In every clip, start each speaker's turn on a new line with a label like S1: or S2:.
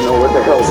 S1: is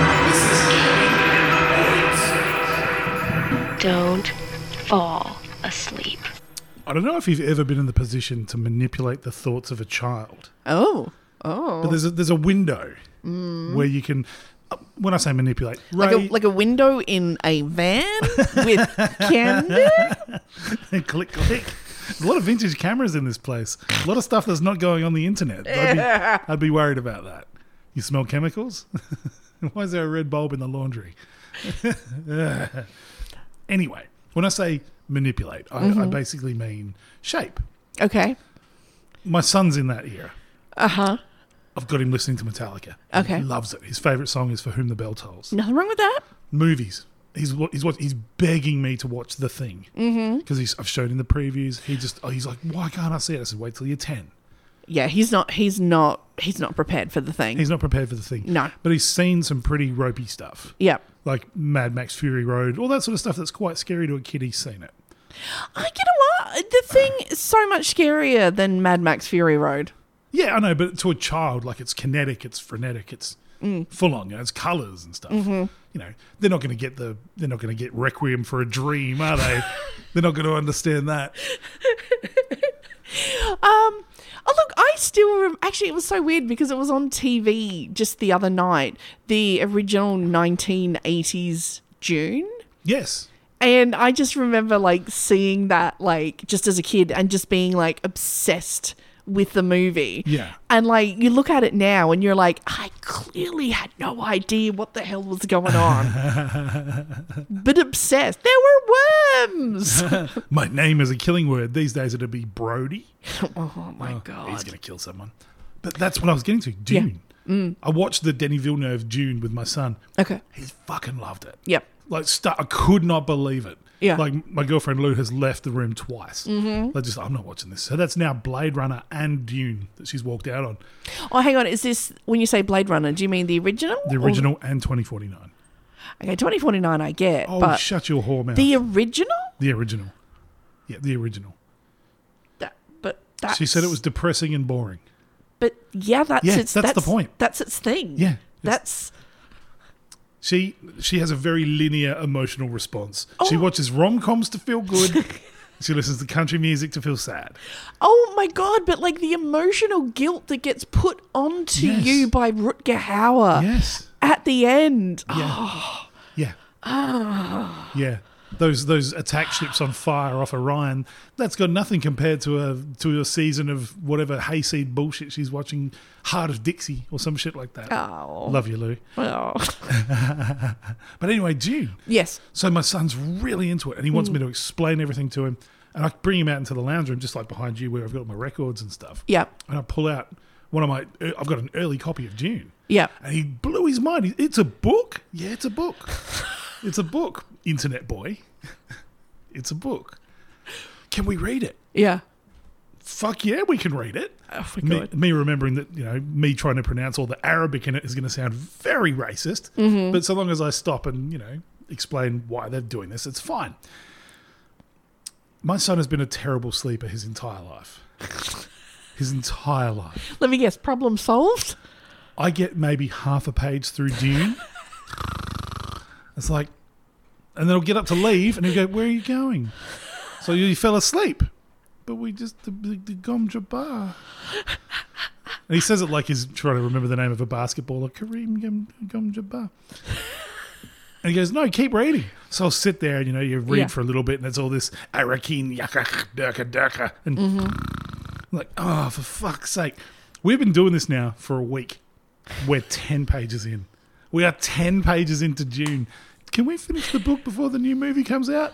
S2: Don't fall asleep.
S3: I don't know if you've ever been in the position to manipulate the thoughts of a child,
S4: Oh.
S3: but
S4: Oh. Mm.
S3: there's a, there's a window where you can. uh, When I say manipulate,
S4: Like a,
S3: Ray,
S4: like a window in a van with candy?
S3: click click. There's a lot of vintage cameras in this place. A lot of stuff that's not going on the internet. I'd be, I'd be worried about that. You smell chemicals? Why is there a red bulb in the laundry? anyway, when I say manipulate, I,
S4: Mm-hmm.
S3: I basically mean shape.
S4: Okay.
S3: My son's in that era.
S4: Uh huh.
S3: I've got him listening to Metallica.
S4: Okay.
S3: He loves it. His favorite song is For Whom the Bell Tolls.
S4: Nothing wrong with that.
S3: Movies. He's wa- he's what he's begging me to watch The Thing
S4: Mm-hmm.
S3: because mm I've shown him the previews. He just oh, he's like, why can't I see it? I said, wait till you're ten.
S4: Yeah, he's not. He's not. He's not prepared for the thing.
S3: He's not prepared for The Thing.
S4: No.
S3: but he's seen some pretty ropey stuff
S4: yep.
S3: like Mad Max Fury Road, all that sort of stuff that's quite scary to a kid. He's seen it.
S4: I get a what? The thing is so much scarier than Mad Max Fury Road.
S3: Yeah, I know, but to a child, like it's kinetic, it's frenetic, it's full on. You know, it's colors and stuff. You know, they're not going to get the they're not going to get Requiem for a Dream, are they? they're not going to understand that.
S4: Oh look, I still rem- actually it was so weird because it was on TV just the other night, the original 1980s June,
S3: Yes,
S4: and I just remember like seeing that like just as a kid and just being like obsessed with the movie.
S3: Yeah.
S4: And like you look at it now and you're like I clearly had no idea what the hell was going on. but obsessed. There were worms.
S3: my name is a killing word these days. It'd be Brody.
S4: oh my
S3: He's
S4: god.
S3: going to kill someone. But that's what I was getting to. Dune. I watched the Denny Villeneuve Dune with my son.
S4: Okay.
S3: He's fucking loved it.
S4: Yep.
S3: like stu I could not believe it.
S4: Yeah.
S3: Like my girlfriend Lou has left the room twice. Mm-hmm. Like just I'm not watching this. So that's now Blade Runner and Dune that she's walked out on.
S4: Oh, hang on. Is this when you say Blade Runner? Do you mean the original?
S3: The
S4: or-
S3: original and 2049.
S4: okay, twenty forty nine. I get,
S3: Oh,
S4: but
S3: shut your whore mouth.
S4: the original.
S3: The original. Yeah, the original.
S4: That, but that's,
S3: She said it was depressing and boring.
S4: But yeah, that's
S3: Yeah,
S4: its,
S3: that's the point.
S4: That's its thing.
S3: Yeah, it's-
S4: that's
S3: She she has a very linear emotional response. She
S4: Oh.
S3: watches rom coms to feel good. she listens to country music to feel sad.
S4: oh my god. But like the emotional guilt that gets put onto
S3: Yes.
S4: you by Rutger Hauer
S3: Yes.
S4: at the end.
S3: Yeah. Yeah. Those those attack ships on fire off Orion. That's got nothing compared to a to a season of whatever hayseed bullshit she's watching, Heart of Dixie or some shit like that.
S4: Oh.
S3: Love you, Lou.
S4: Oh.
S3: But anyway, June.
S4: yes.
S3: So my son's really into it, and he wants me to explain everything to him. And I bring him out into the lounge room, just like behind you, where I've got my records and stuff.
S4: Yep.
S3: And I pull out one of my. er, I've got an early copy of Dune.
S4: Yep.
S3: And he blew his mind. He- It's a book. Yeah, it's a book. it's a book, internet boy. It's a book. Can we read it?
S4: Yeah.
S3: Fuck yeah, we can read it.
S4: Oh my
S3: Me,
S4: god.
S3: me remembering that, you know, me trying to pronounce all the Arabic in it is going to sound very racist.
S4: Mm-hmm.
S3: But so long as I stop and, you know, explain why they're doing this, it's fine. My son has been a terrible sleeper his entire life. his entire life.
S4: Let me guess. Problem solved.
S3: I get maybe half a page through Dune. it's like, and then I'll get up to leave, and he'll go, "Where are you going?" So you fell asleep, but we just the, the, the Gomja Bar. And he says it like he's trying to remember the name of a basketballer, Kareem Gom- Gomja Bar. And he goes, "No, keep reading." So I'll sit there, and you know, you read
S4: Yeah.
S3: for a little bit, and it's all this Arakin Yaka Durka Durka, and like, oh, for fuck's sake. We've been doing this now for a week. We're 10 pages in. We are 10 pages into June. Can we finish the book before the new movie comes out?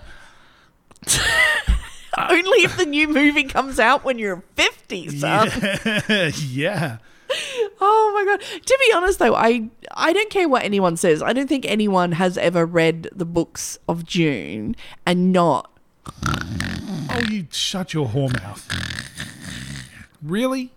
S3: Uh.
S4: Only if the new movie comes out when you're fifty, son.
S3: Yeah. yeah.
S4: Oh my god. To be honest though, I I don't care what anyone says. I don't think anyone has ever read the books of June and not
S3: Oh, you shut your whore mouth. Really?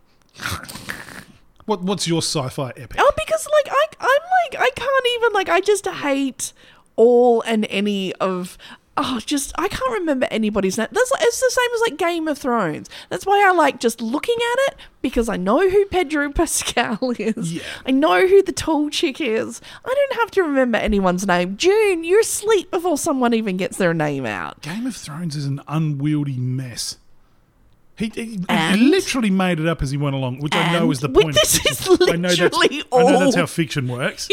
S3: What What's your sci-fi epic?
S4: Oh, because like I, I'm like I can't even like I just hate all and any of. Oh, just I can't remember anybody's name. That's like, it's the same as like Game of Thrones. That's why I like just looking at it because I know who Pedro Pascal is.
S3: Yeah.
S4: I know who the tall chick is. I don't have to remember anyone's name. June, you're asleep before someone even gets their name out.
S3: Game of Thrones is an unwieldy mess. He, he- he
S4: And?
S3: literally made it up as he went along, which I know
S4: And?
S3: is the
S4: Wait,
S3: point.
S4: this is
S3: I know that's-
S4: literally
S3: I know that's
S4: all.
S3: how fiction works.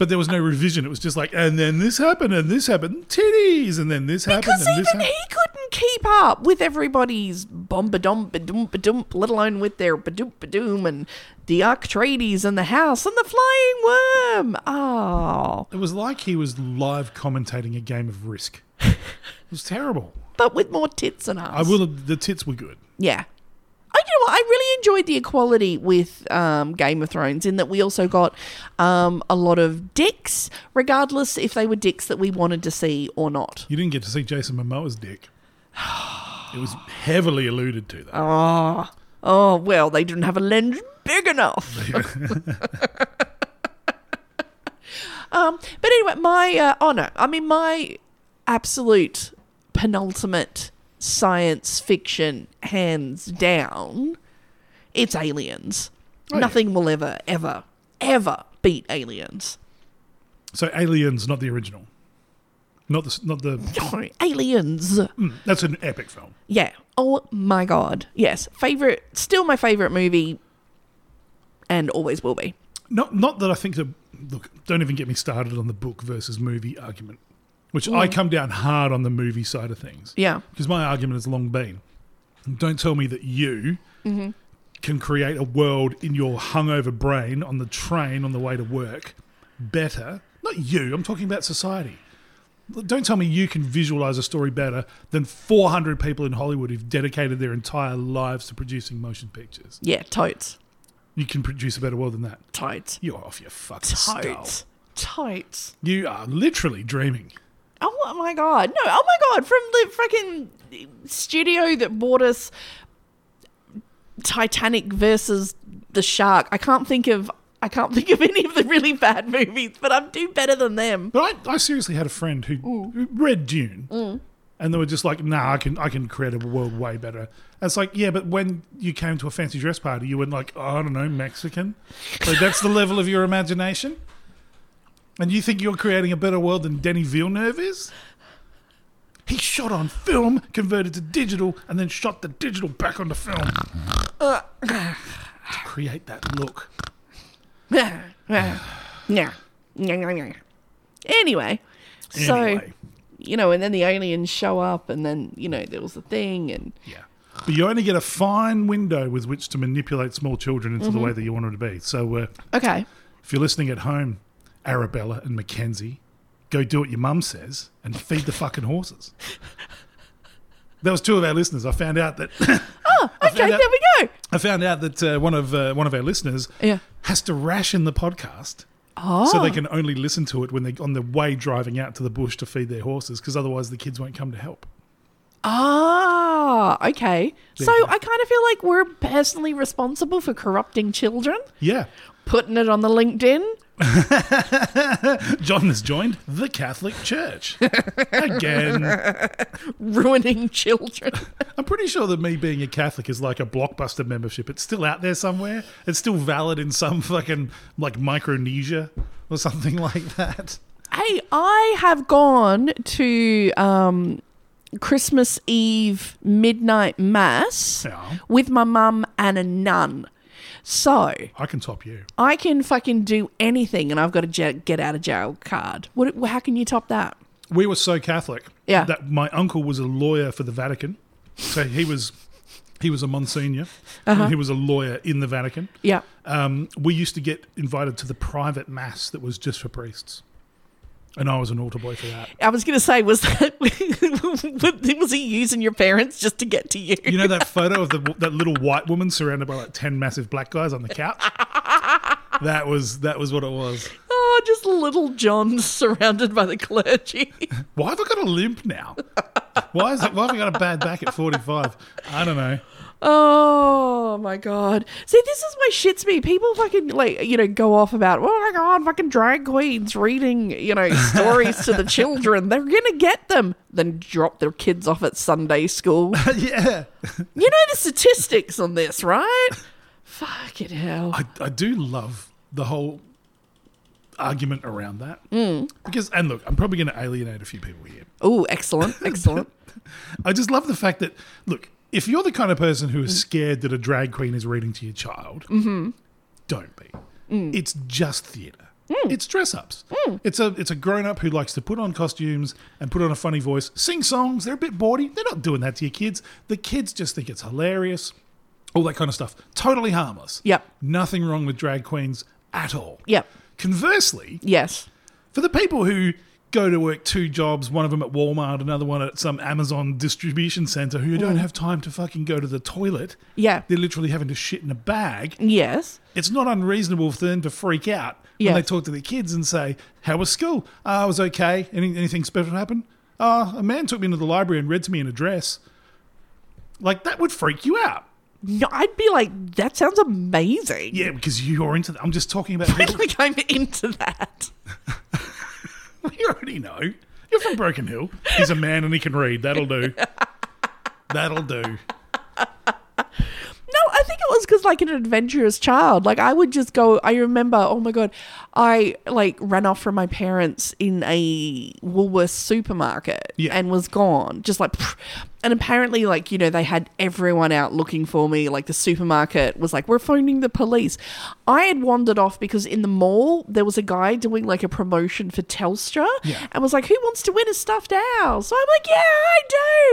S3: But there was no revision. It was just like, and then this happened, and this happened, titties, and then this happened,
S4: Because
S3: and this
S4: even
S3: happened.
S4: he couldn't keep up with everybody's bombadom badum badump, let alone with their badoop badoom and the Arctrades and the house and the flying worm. Oh,
S3: It was like he was live commentating a game of Risk. It was terrible.
S4: but with more tits and ass.
S3: I will. The tits were good.
S4: Yeah. I you know what, I really enjoyed the equality with um, Game of Thrones in that we also got um, a lot of dicks, regardless if they were dicks that we wanted to see or not.
S3: You didn't get to see Jason Momoa's dick. It was heavily alluded to. Though.
S4: Oh well, they didn't have a lens big enough. um, but anyway, my uh, oh no, I mean my absolute penultimate science fiction, hands down, it's Aliens.
S3: yeah.
S4: Nothing will ever, ever, ever beat Aliens.
S3: So Aliens, not the original, not the not the. mm,
S4: aliens.
S3: That's an epic film.
S4: Yeah. Oh my god. Yes. Favorite. Still my favorite movie. And always will be.
S3: Not not that I think that. Look, don't even get me started on the book versus movie argument, which I come down hard on the movie side of things.
S4: Yeah.
S3: because my argument has long been don't tell me that you can create a world in your hungover brain on the train on the way to work better. Not you, I'm talking about society. Don't tell me you can visualize a story better than 400 people in Hollywood who've dedicated their entire lives to producing motion pictures.
S4: Yeah, totes.
S3: You can produce a better world than that.
S4: Totes.
S3: You're off your fucking skull.
S4: Totes. Totes.
S3: You are literally dreaming.
S4: Oh my god. No, oh my god. From the fucking studio that bought us Titanic versus the shark. I can't think of I can't think of any of the really bad movies, but I'm do better than them.
S3: But I, I seriously had a friend who, who read Dune, and they were just like, "Nah, I can I can create a world way better." And it's like, yeah, but when you came to a fancy dress party, you were like, oh, "I don't know, Mexican." So that's the level of your imagination, and you think you're creating a better world than Denny Villeneuve is. He shot on film, converted to digital, and then shot the digital back onto film to create that look.
S4: yeah. Anyway, so
S3: Anyway.
S4: you know, and then the aliens show up, and then you know there was a thing, and
S3: Yeah. But you only get a fine window with which to manipulate small children into the way that you want them to be. So uh,
S4: okay,
S3: if you're listening at home, Arabella and Mackenzie, go do what your mum says and feed the fucking horses. That was two of our listeners. I found out that
S4: okay, there
S3: out-
S4: we go.
S3: I found out that uh, one of uh, one of our listeners
S4: Yeah.
S3: has to ration the podcast so they can only listen to it when they're on the way driving out to the bush to feed their horses because otherwise the kids won't come to help.
S4: Ah, okay. So
S3: you go.
S4: I kind of feel like we're personally responsible for corrupting children,
S3: Yeah.
S4: putting it on the LinkedIn.
S3: John has joined the Catholic Church again.
S4: Ruining children.
S3: I'm pretty sure that me being a Catholic is like a blockbuster membership. It's still out there somewhere. It's still valid in some fucking like Micronesia or something like that.
S4: hey, I have gone to um, Christmas Eve midnight mass
S3: Yeah.
S4: with my mum and a nun. So
S3: I can top you.
S4: I can fucking do anything, and I've got a ja get out of jail card. What? How can you top that?
S3: We were so Catholic
S4: Yeah.
S3: that my uncle was a lawyer for the Vatican. So he was he was a Monsignor. And he was a lawyer in the Vatican.
S4: Uh-huh. Yeah.
S3: Um, we used to get invited to the private mass that was just for priests. And I was an altar boy for that.
S4: I was gonna say, was that was he using your parents just to get to you?
S3: You know that photo of the, that little white woman surrounded by like ten massive black guys on the couch? That was that was what it was.
S4: Oh, just little John surrounded by the clergy.
S3: Why have I got a limp now? Why is it, why have I got a bad back at forty five? I don't know.
S4: Oh my god. See, this is my shits me. People fucking like you know go off about oh my god, fucking drag queens reading you know stories to the children. They're gonna get them. Then drop their kids off at Sunday school.
S3: yeah.
S4: You know the statistics on this, right? Fucking hell.
S3: I, I do love the whole argument around that. Because, and look, I'm probably going to alienate a few people here.
S4: Oh, excellent, excellent.
S3: I just love the fact that, look, if you're the kind of person who
S4: Mm.
S3: is scared that a drag queen is reading to your child,
S4: Mm-hmm.
S3: don't be.
S4: Mm.
S3: It's just theatre. It's dress ups. It's a it's a grown up who likes to put on costumes and put on a funny voice, sing songs. They're a bit bawdy. They're not doing that to your kids. The kids just think it's hilarious, all that kind of stuff. Totally harmless.
S4: Yep.
S3: Nothing wrong with drag queens at all.
S4: Yep.
S3: Conversely,
S4: Yes.
S3: for the people who go to work two jobs, one of them at Walmart, another one at some Amazon distribution center, who don't have time to fucking go to the toilet.
S4: Mm. Yeah.
S3: They're literally having to shit in a bag.
S4: Yes.
S3: It's not unreasonable for them to freak out
S4: Yeah.
S3: when they talk to their kids and say, How was school? Ah, I was okay. Any, anything special happen? Ah, a man took me into the library and read to me an address. Like, that would freak you out.
S4: No, I'd be like, that sounds amazing.
S3: Yeah, because you're into that. I'm just talking about people.
S4: like I'm into that.
S3: You already know. You're from Broken Hill. He's a man and he can read. That'll do. That'll do.
S4: No, I think it was because like an adventurous child, like I would just go. I remember, oh my god, I like ran off from my parents in a Woolworths supermarket
S3: Yeah.
S4: and was gone, just like. pff. And apparently, like you know, they had everyone out looking for me. Like the supermarket was like, "We're phoning the police." I had wandered off because in the mall there was a guy doing like a promotion for Telstra,
S3: Yeah.
S4: and was like, "Who wants to win a stuffed owl?" So I'm like, "Yeah, I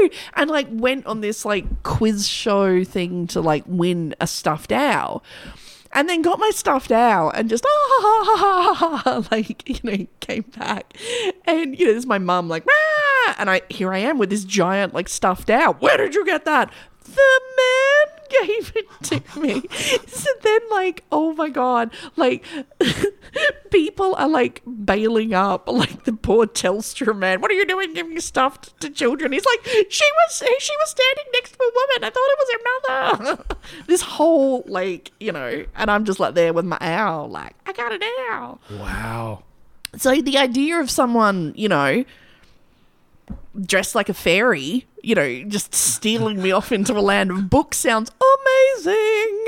S4: do," and like went on this like quiz show thing to like win a stuffed owl, and then got my stuffed owl and just ah, ha, ha, ha, ha, ha, like you know came back, and you know there's my mum like, "Rah!" and I here I am with this giant like stuffed owl. Where did you get that? The man gave it to me. so then, like, oh my god, like people are like bailing up, like the poor Telstra man. What are you doing giving stuff t- to children? He's like, she was she was standing next to a woman. I thought it was her mother. this whole like, you know, and I'm just like there with my owl, like I got an owl.
S3: Wow.
S4: So the idea of someone, you know, dressed like a fairy, you know, just stealing me off into a land of books sounds amazing.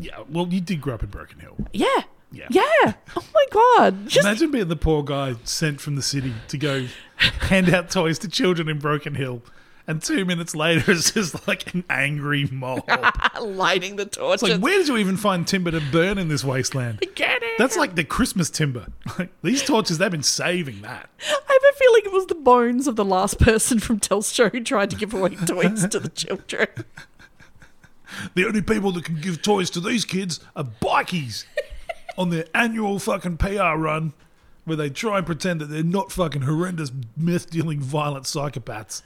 S3: Yeah. Well, you did grow up in Broken Hill.
S4: Yeah.
S3: Yeah.
S4: Oh my god. Just
S3: Imagine being the poor guy sent from the city to go hand out toys to children in Broken Hill. And two minutes later, it's just like an angry mob. It's
S4: lighting the torches.
S3: like, where did you even find timber to burn in this wasteland?
S4: Get it.
S3: That's like the Christmas timber. Like, these torches, they've been saving that.
S4: I have a feeling it was the bones of the last person from Telstra who tried to give away toys to the children.
S3: The only people that can give toys to these kids are bikies on their annual fucking PR run where they try and pretend that they're not fucking horrendous meth dealing violent psychopaths.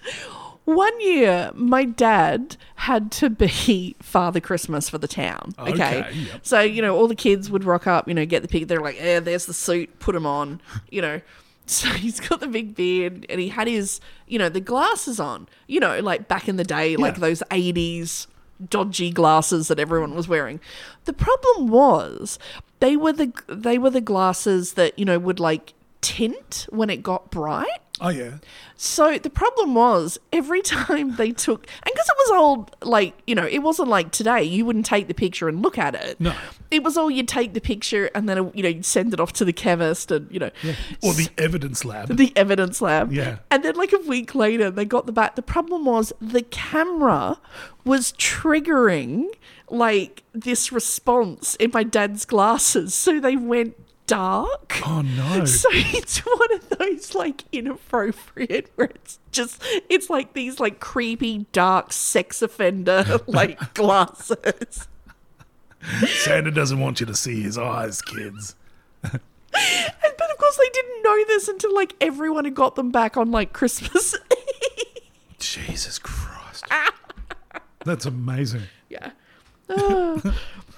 S4: One year, my dad had to be Father Christmas for the town. Okay.
S3: Okay, yep.
S4: So, you know, all the kids would rock up, you know, get the pig. They're like, eh, there's the suit, put him on, you know. So he's got the big beard and he had his, you know, the glasses on, you know, like back in the day, like
S3: Yeah.
S4: those 80s dodgy glasses that everyone was wearing. The problem was they were the they were the glasses that, you know, would like tint when it got bright.
S3: Oh, yeah.
S4: So the problem was every time they took, and because it was old, like, you know, it wasn't like today, you wouldn't take the picture and look at it.
S3: No.
S4: It was all you'd take the picture and then, you know, you'd send it off to the chemist and, you know,
S3: Or the evidence lab.
S4: the evidence lab.
S3: Yeah.
S4: And then, like, a week later, they got the back. The problem was the camera was triggering, like, this response in my dad's glasses. So they went dark.
S3: oh, no.
S4: So it's one of those like inappropriate where it's just it's like these like creepy dark sex offender like glasses.
S3: Santa doesn't want you to see his eyes, kids.
S4: And but of course they didn't know this until like everyone had got them back on like Christmas.
S3: Jesus Christ. That's amazing.
S4: yeah. Oh.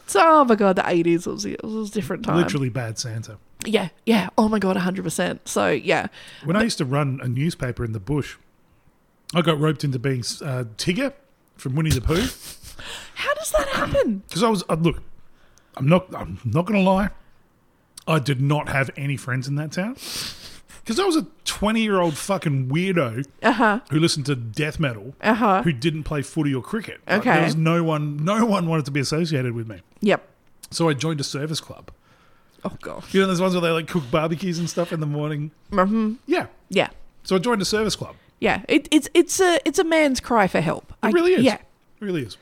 S4: So, oh my god, the eighties was it was a different time.
S3: Literally bad Santa.
S4: Yeah, yeah. Oh my god, hundred percent. So yeah.
S3: When I used to run a newspaper in the bush, I got roped into being uh, Tigger from Winnie the Pooh.
S4: How does that happen?
S3: Because I was uh, look, I'm not I'm not gonna lie, I did not have any friends in that town. Because I was a 20 year old fucking weirdo who listened to death metal,
S4: Uh-huh.
S3: who didn't play footy or cricket. Like,
S4: Okay.
S3: there was no one, no one wanted to be associated with me.
S4: Yep.
S3: So I joined a service club.
S4: Oh gosh.
S3: You know those ones where they like cook barbecues and stuff in the morning.
S4: hmm
S3: Yeah.
S4: Yeah.
S3: So I joined a service club.
S4: Yeah. It, it's it's a it's a man's cry for help.
S3: It really is.
S4: Yeah.
S3: It really is.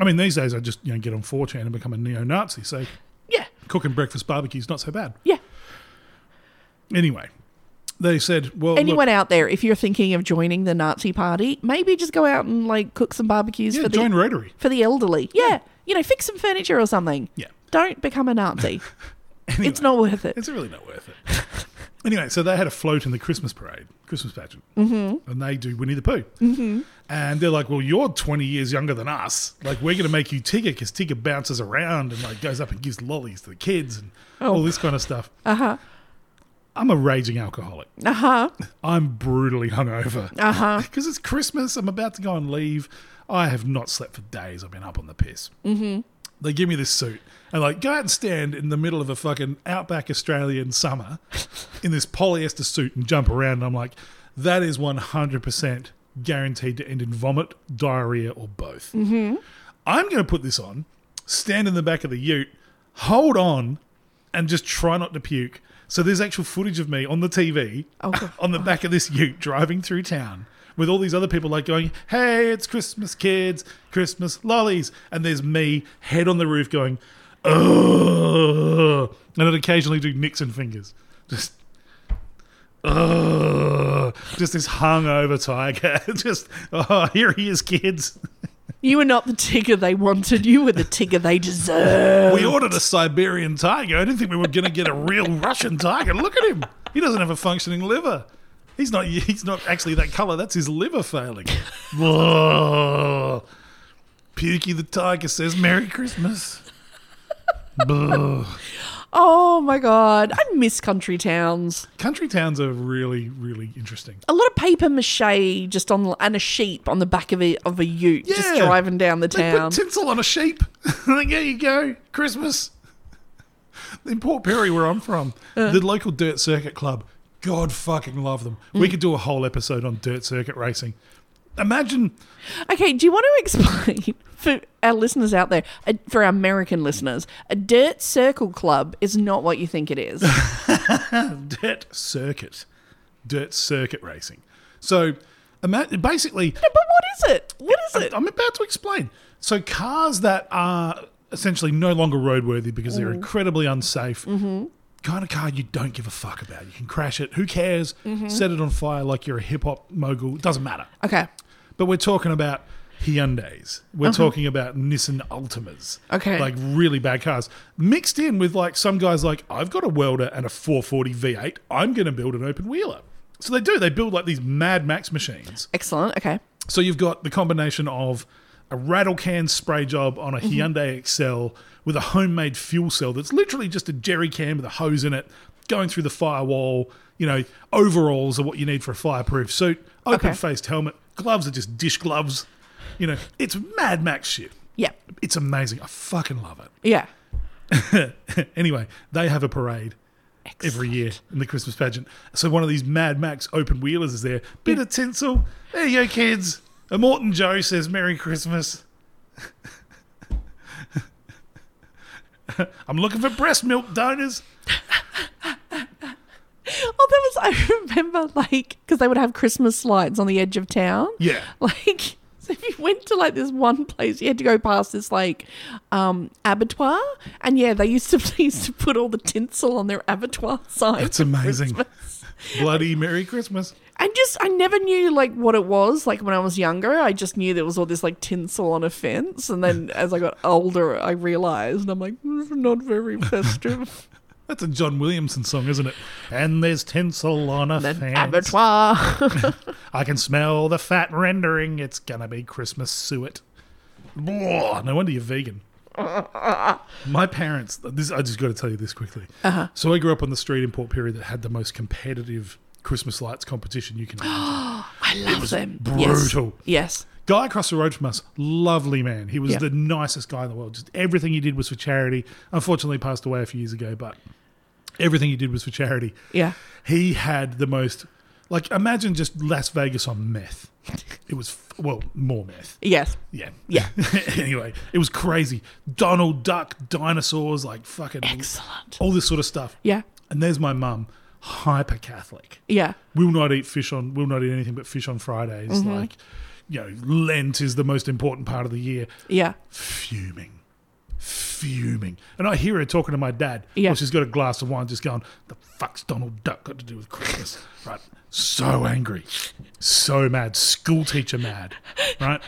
S3: I mean, these days I just you know get on 4chan and become a neo-Nazi. So
S4: Yeah.
S3: cooking breakfast barbecues not so bad.
S4: Yeah.
S3: Anyway, they said, "Well,
S4: Anyone
S3: Oh, look,
S4: out there, if you're thinking of joining the Nazi party, maybe just go out and like cook some barbecues
S3: yeah,
S4: for the
S3: join Rotary."
S4: for the elderly. Yeah. You know, fix some furniture or something.
S3: Yeah.
S4: Don't become a Nazi.
S3: Anyway,
S4: it's not worth it.
S3: It's really not worth it. anyway, so they had a float in the Christmas parade, Christmas pageant, mm-hmm. and they do Winnie the Pooh. Mm-hmm. And they're like, "Well, you're 20 years younger than us. Like, we're going to make you Tigger because Tigger bounces around and like goes up and gives lollies to the kids and
S4: Oh.
S3: all this kind of stuff." Uh
S4: Uh-huh.
S3: huh. I'm a raging alcoholic.
S4: Uh huh.
S3: I'm brutally hungover. Uh
S4: Uh-huh.
S3: huh. Because it's Christmas. I'm about to go on leave. I have not slept for days. I've been up on the piss. Mm-hmm. They give me this suit and like go out and stand in the middle of a fucking outback Australian summer in this polyester suit and jump around. And I'm like, that is 100% guaranteed to end in vomit, diarrhea, or both. Mm-hmm. I'm going to put this on, stand in the back of the Ute, hold on, and just try not to puke. So there's actual footage of me on the TV
S4: Oh, God.
S3: on the back of this Ute driving through town with all these other people like going, "Hey, it's Christmas, kids! Christmas lollies!" And there's me, head on the roof, going, "Ugh," and I'd occasionally do Nixon fingers, just. Ugh, just this hungover tiger. Just oh, here he is, kids.
S4: You were not the tigger they wanted. You were the tigger they deserve.
S3: We ordered a Siberian tiger. I didn't think we were going to get a real Russian tiger. Look at him. He doesn't have a functioning liver. He's not. He's not actually that color. That's his liver failing. Blah. Pukey the tiger says, "Merry Christmas." Blah.
S4: Oh my god, I miss country towns.
S3: Country towns are really, really interesting.
S4: A lot of paper mache just on and a sheep on the back of a of a ute just
S3: Yeah.
S4: driving down the
S3: They
S4: town.
S3: put tinsel on a sheep. like, there you go, Christmas. In Port Perry, where I'm from,
S4: Uh.
S3: the local dirt circuit club, God fucking love them.
S4: Mm.
S3: We could do a whole episode on dirt circuit racing. Imagine,
S4: okay, do you want to explain for our listeners out there, uh, for our American listeners, a dirt circle club is not what you think it is.
S3: dirt circuit, dirt circuit racing. So, ima- basically,
S4: but what is it? What is it?
S3: I'm about to explain. So cars that are essentially no longer roadworthy because
S4: Mm-hmm.
S3: they're incredibly unsafe. Kind of car you don't give a fuck about. You can crash it. Who cares?
S4: Mm-hmm.
S3: Set it on fire like you're a hip hop mogul. It doesn't matter.
S4: Okay.
S3: But we're talking about Hyundai's. We're talking about Nissan Ultimas.
S4: Uh-huh. Okay.
S3: Like really bad cars. Mixed in with like some guys like, I've got a welder and a 440 V8. I'm going to build an open wheeler. So they do. They build like these Mad Max machines.
S4: Excellent. Okay.
S3: So you've got the combination of a rattle can spray job on a Hyundai Excel with a homemade fuel cell that's literally just a jerry can with a hose in it going through the firewall. You know, overalls are what you need for a fireproof suit, open faced helmet, gloves are just dish gloves. You know, it's Mad Max shit.
S4: Yeah.
S3: It's amazing. I fucking love it
S4: Yeah.
S3: anyway, they have a parade every year in the Christmas pageant. So one of these Mad Max open wheelers is there. Bit of tinsel. There you go, kids. A Morton Joe says Merry Christmas. I'm looking for breast milk donors.
S4: Oh, that was I remember like because they would have Christmas lights on the edge of town.
S3: Yeah.
S4: Like, so if you went to like this one place, you had to go past this like um, abattoir, and yeah, they used to they used to put all the tinsel on their abattoir signs.
S3: That's amazing.
S4: Christmas.
S3: Bloody Merry Christmas.
S4: And just I never knew like what it was like when I was younger. I just knew there was all this like tinsel on a fence, and then as I got older, I realized, and I'm like, "This is not very festive.
S3: That's a John Williamson song, isn't it? And there's tinsel on a
S4: An
S3: fence.
S4: abattoir.
S3: I can smell the fat rendering. It's gonna be Christmas suet. Blah, no wonder you're vegan. My parents. This I just got to tell you this quickly. Uh-huh. So I grew up on the street in Port Perry that had the most competitive Christmas lights competition you can imagine.
S4: I love them.
S3: brutal.
S4: Yes. yes.
S3: Guy across the road from us, lovely man. He was
S4: Yeah.
S3: the nicest guy in the world. Just everything he did was for charity. Unfortunately, passed away a few years ago, but everything he did was for charity.
S4: Yeah.
S3: He had the most, like, imagine just Las Vegas on meth. It was, f- well, more meth.
S4: Yes.
S3: Yeah.
S4: Yeah.
S3: anyway, it was crazy. Donald Duck, dinosaurs, like fucking
S4: Excellent.
S3: all this sort of stuff.
S4: Yeah.
S3: And there's my mum, hyper Catholic.
S4: Yeah.
S3: Will not eat fish on. Will not eat anything but fish on Fridays.
S4: Mm-hmm.
S3: Like, you know, Lent is the most important part of the year.
S4: Yeah.
S3: Fuming, fuming. And I hear her talking to my dad.
S4: Yeah.
S3: Well, she's got a glass of wine, just going, "The fuck's Donald Duck got to do with Christmas?" right. So angry, so mad. School teacher mad. Right.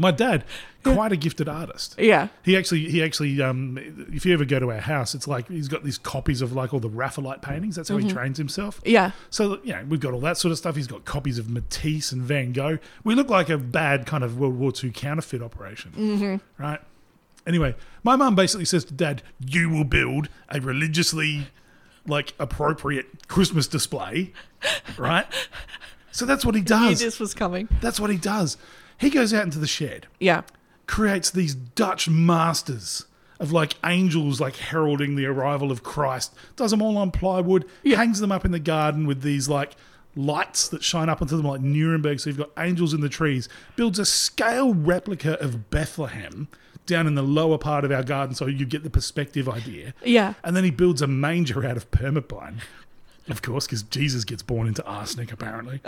S3: My dad, quite a gifted artist.
S4: Yeah.
S3: He actually, he actually. Um, if you ever go to our house, it's like he's got these copies of like all the Raphaelite paintings. That's how he trains himself.
S4: Yeah.
S3: So you know, we've got all that sort of stuff. He's got copies of Matisse and Van Gogh. We look like a bad kind of World War II counterfeit operation, mm-hmm. right? Anyway, my mum basically says to Dad, "You will build a religiously, like, appropriate Christmas display, right?" So that's what he
S4: Knew
S3: does.
S4: this was coming.
S3: That's what he does. He goes out into the shed
S4: Yeah.
S3: creates these Dutch masters of like angels like heralding the arrival of Christ. Does them all on plywood, hangs them up in the garden with these like lights that shine up into them like Nuremberg. So you've got angels in the trees. Builds a scale replica of Bethlehem down in the lower part of our garden so you get the perspective idea.
S4: Yeah.
S3: And then he builds a manger out of permapine, of course, because Jesus gets born into arsenic, apparently.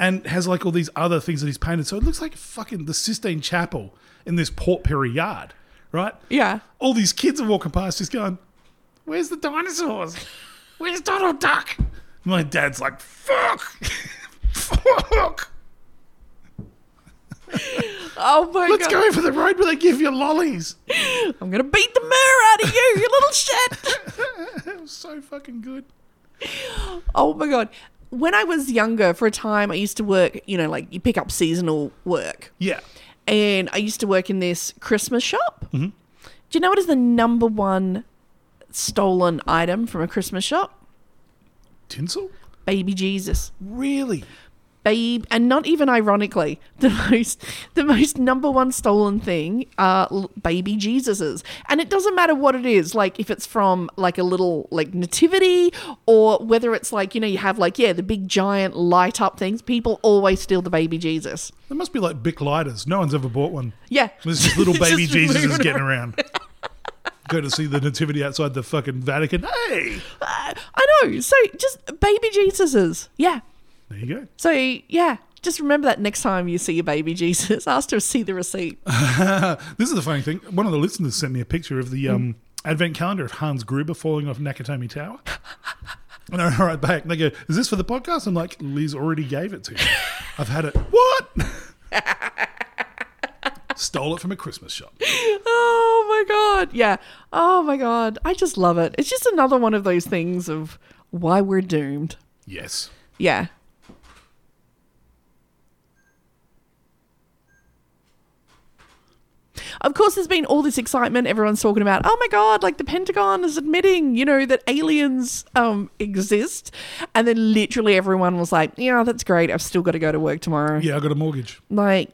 S3: and has like all these other things that he's painted. So it looks like fucking the Sistine Chapel in this Port Perry yard, right?
S4: Yeah.
S3: All these kids are walking past just going, Where's the dinosaurs? Where's Donald Duck? My dad's like, Fuck! Fuck!
S4: Oh my
S3: Let's
S4: god.
S3: go over the road where they give you lollies.
S4: I'm gonna beat the mirror out of you, you little shit.
S3: That was so fucking good.
S4: Oh my god. When I was younger, for a time, I used to work. You know, like you pick up seasonal work,
S3: Yeah.
S4: and I used to work in this Christmas shop. Mm-hmm. Do you know what is the number one stolen item from a Christmas shop?
S3: Tinsel?
S4: Baby Jesus.
S3: Really?
S4: babe and not even ironically the most the most number one stolen thing are l- baby jesuses and it doesn't matter what it is like if it's from like a little like nativity or whether it's like you know you have like yeah the big giant light up things people always steal the baby jesus
S3: There must be like Bic lighters. No one's ever bought one.
S4: yeah
S3: There's just little baby
S4: Just
S3: Jesus is
S4: moving
S3: getting around. Go to see the nativity outside the fucking Vatican. Hey,
S4: i I know so just baby jesuses yeah
S3: there you go.
S4: so yeah just remember that next time you see a baby jesus ask to see the receipt
S3: This is the funny thing. One of the listeners sent me a picture of the um, advent calendar of Hans Gruber falling off Nakatomi Tower. And I write back, and they go, "Is this for the podcast?" I'm like, "Liz already gave it to you. I've had it. What? Stole it from a Christmas shop.
S4: Oh my god. Yeah. Oh my god. I just love it. It's just another one of those things of why we're doomed.
S3: Yes.
S4: Yeah. Of course, there's been all this excitement. Everyone's talking about, oh my God, like the Pentagon is admitting, you know, that aliens um, exist. And then literally everyone was like, yeah, that's great. I've still got to go to work tomorrow.
S3: Yeah, I got a mortgage.
S4: Like,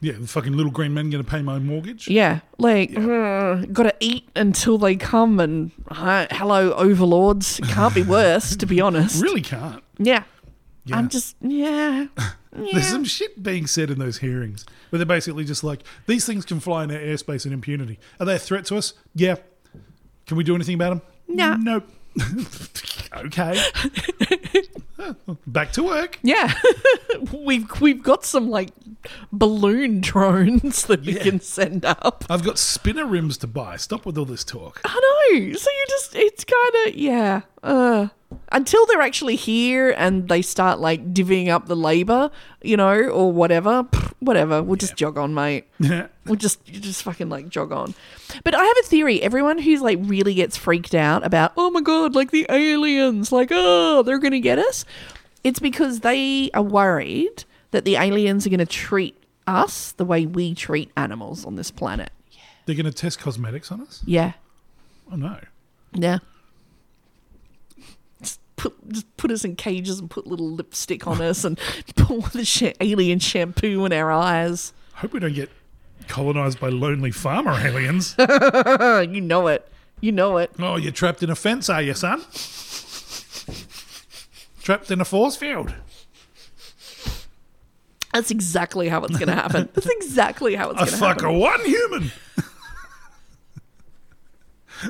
S3: Yeah, the fucking little green man going to pay my mortgage.
S4: Yeah, like got to eat until they come and hi hello overlords. Can't be worse, to be honest.
S3: Really can't.
S4: Yeah.
S3: Yeah.
S4: I'm just yeah.
S3: There's
S4: Yeah.
S3: some shit being said in those hearings where they're basically just like, these things can fly in our airspace in impunity. Are they a threat to us? Yeah. Can we do anything about them?
S4: Nah.
S3: Nope. okay. Back to work.
S4: yeah. we've we've got some like balloon drones that we
S3: Yeah.
S4: can send up.
S3: I've got spinner rims to buy. Stop with all this talk.
S4: I know. So you just it's kind of yeah. Uh until they're actually here and they start like divvying up the labor, you know, or whatever, pff, whatever. We'll just jog on, mate. We'll just you just fucking like jog on. But I have a theory. Everyone who's like really gets freaked out about, oh my god, like the aliens, like oh they're gonna get us. It's because they are worried that the aliens are gonna treat us the way we treat animals on this planet.
S3: they're going to test Oh, cosmetics on us?
S4: Yeah.
S3: Oh, no.
S4: Yeah. put just put us in cages and put little lipstick on us and pour the sh- alien shampoo in our eyes.
S3: Hope we don't get colonized by lonely farmer aliens.
S4: Oh, you know it. You know it.
S3: oh, you're trapped in a fence, are you, son? trapped in a force field.
S4: That's exactly how it's going to happen. That's exactly how it's
S3: I
S4: going to
S3: fuck
S4: happen.
S3: a one human.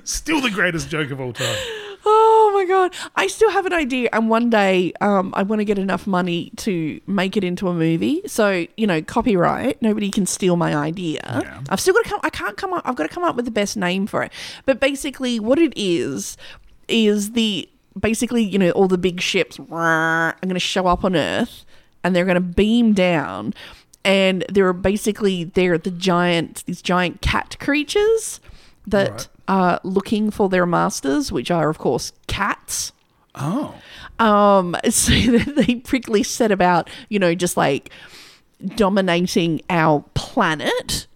S3: Still the greatest joke of all time.
S4: Oh my god! I still have an idea, and one day um, I want to get enough money to make it into a movie. So you know, copyright. Nobody can steal my idea.
S3: Yeah.
S4: I've still got to come. I can't come up. I've got to come up with the best name for it. But basically, what it is is the basically you know all the big ships are going to show up on Earth, and they're going to beam down, and they're basically they're the giant these giant cat creatures that
S3: Right.
S4: are looking for their masters, which are, of course, cats.
S3: Oh.
S4: Um, so they prickly set about, you know, just like dominating our planet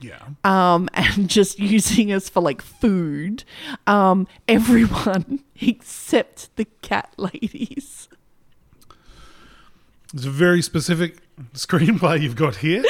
S3: Yeah.
S4: um, and just using us for like food. Um, everyone except the cat ladies.
S3: It's a very specific screenplay you've got here.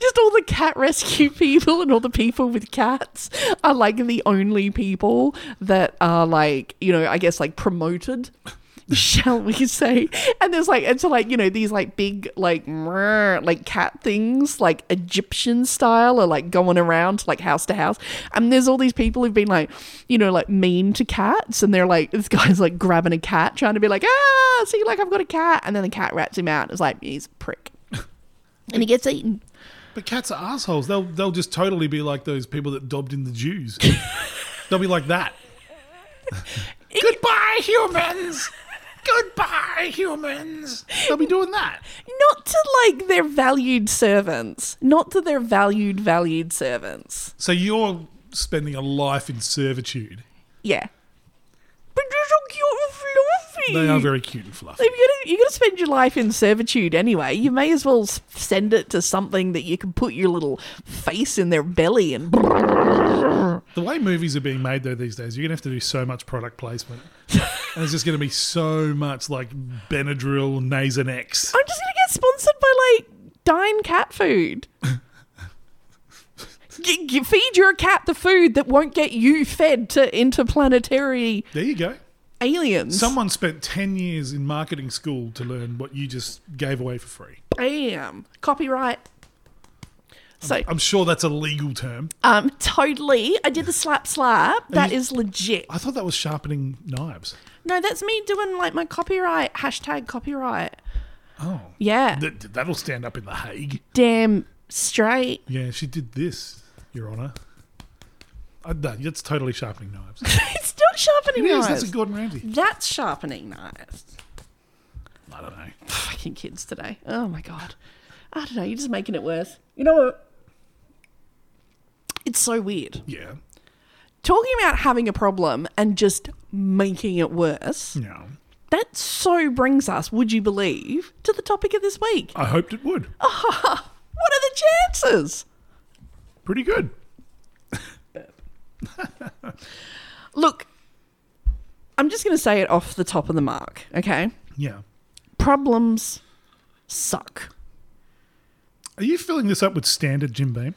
S4: Just all the cat rescue people and all the people with cats are like the only people that are like, you know, I guess like promoted. Shall we say? And there's like, and so like, you know, these like big, like, mrrr, like cat things, like Egyptian style, are like going around like house to house. And there's all these people who've been like, you know, like mean to cats. And they're like, this guy's like grabbing a cat, trying to be like, ah, see, like, I've got a cat. And then the cat rats him out. It's like, he's a prick. And he gets eaten.
S3: But cats are assholes. They'll they'll just totally be like those people that dobbed in the Jews. they'll be like that. Goodbye, humans. Goodbye, humans. They'll be doing that.
S4: not to like their valued servants, not to their valued valued servants.
S3: So you're spending a life in servitude.
S4: Yeah, but you're so cute and fluffy.
S3: They are very cute and fluffy.
S4: If you're gonna, you're gonna spend your life in servitude anyway. You may as well s- send it to something that you can put your little face in their belly and.
S3: The way movies are being made though these days, you're gonna have to do so much product placement. and there's just gonna be so much like Benadryl, Nasonex.
S4: I'm just gonna get sponsored by like Dine Cat Food. Y- you feed your cat the food that won't get you fed to interplanetary
S3: There you go.
S4: aliens.
S3: Someone spent ten years in marketing school to learn what you just gave away for free.
S4: Bam. Copyright. So,
S3: I'm sure that's a legal term.
S4: um, totally. I did the slap slap. That
S3: you-
S4: is legit.
S3: I thought that was sharpening knives.
S4: No, that's me doing like my copyright hashtag copyright.
S3: Oh.
S4: Yeah.
S3: That, that'll stand up in The Hague.
S4: Damn straight.
S3: Yeah, she did this, Your Honour. I, no, that's totally sharpening knives.
S4: It's not sharpening
S3: Yes,
S4: knives.
S3: that's a Gordon Ramsay.
S4: That's sharpening knives.
S3: I don't know.
S4: Fucking kids today. Oh my god. I don't know. You're just making it worse. You know what? It's so weird.
S3: Yeah.
S4: Talking about having a problem and just making it worse.
S3: No.
S4: That so brings us, would you believe, to the topic of this week.
S3: I hoped it would.
S4: What are the chances?
S3: Pretty good.
S4: Look, I'm just going to say it off the top of the mark, okay?
S3: Yeah.
S4: Problems suck.
S3: Are you filling this up with standard Jim Beam?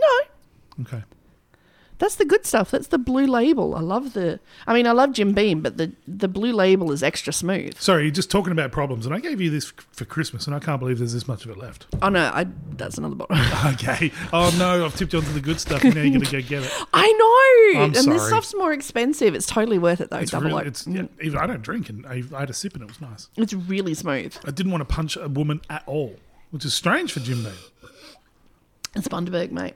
S4: No,
S3: Okay.
S4: that's the good stuff. That's the blue label. I love the. I mean, I love Jim Beam, but the, the blue label is extra smooth.
S3: Sorry, you're just talking about problems, and I gave you this f- for Christmas, and I can't believe there's this much of it left.
S4: Oh no, I, that's another bottle.
S3: Okay. Oh, no, I've tipped you onto the good stuff, and now you're going to go get it.
S4: I know,
S3: I'm
S4: and this
S3: sorry.
S4: stuff's more expensive. It's totally worth it though.
S3: It's
S4: double
S3: really,
S4: O.
S3: it's, yeah, even, I don't drink, and I, I had a sip, and it was nice.
S4: it's really smooth.
S3: I didn't want to punch a woman at all, which is strange for Jim Beam.
S4: It's Bundaberg, mate.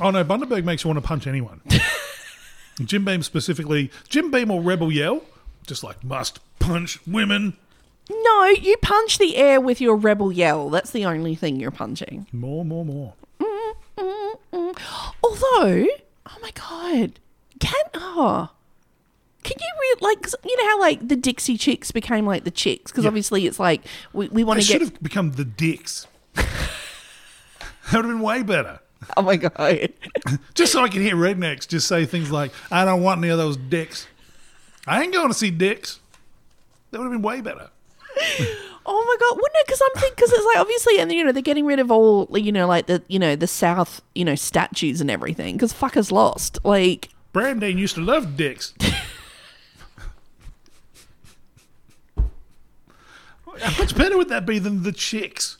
S3: Oh no, Bundaberg makes you want to punch anyone. Jim Beam specifically, Jim Beam or Rebel Yell, just like must punch women
S4: No, you punch the air with your rebel yell. That's the only thing you're punching.
S3: more, more, more.
S4: Although, oh my god, can oh, can you re- like 'cause you know how like the Dixie Chicks became like the Chicks because
S3: Yeah.
S4: obviously it's like we, we want
S3: They
S4: to
S3: should
S4: get
S3: have become the dicks. that would have been way better.
S4: oh my god,
S3: Just so I could hear rednecks just say things like, "I don't want any of those dicks. I ain't going to see dicks. That would have been way better.
S4: Oh my god, wouldn't it? Because I'm thinking, because it's like obviously, and you know they're getting rid of all, like, you know, like the you know the South, you know, statues and everything. Because fuckers lost. Like,
S3: Brandon used to love dicks. How much better would that be than the chicks?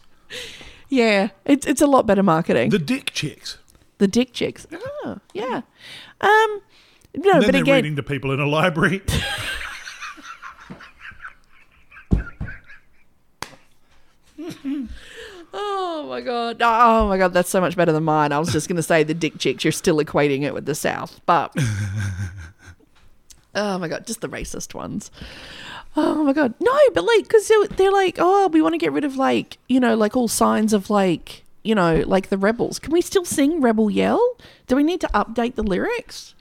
S4: yeah, it's it's a lot better marketing.
S3: The
S4: The,
S3: dick chicks.
S4: dick chicks. Oh, yeah. Um, no, but
S3: then they're
S4: again,
S3: reading to people in a library.
S4: oh my god, oh my god, that's so much better than mine. I was just gonna say the dick chicks. You're still equating it with the South, but oh my god, just the racist ones. Oh my god, no, but like, because they're, they're like, oh, we want to get rid of like, you know, like all signs of like, you know, like the rebels. Can we still sing Rebel Yell? Do we need to update the lyrics?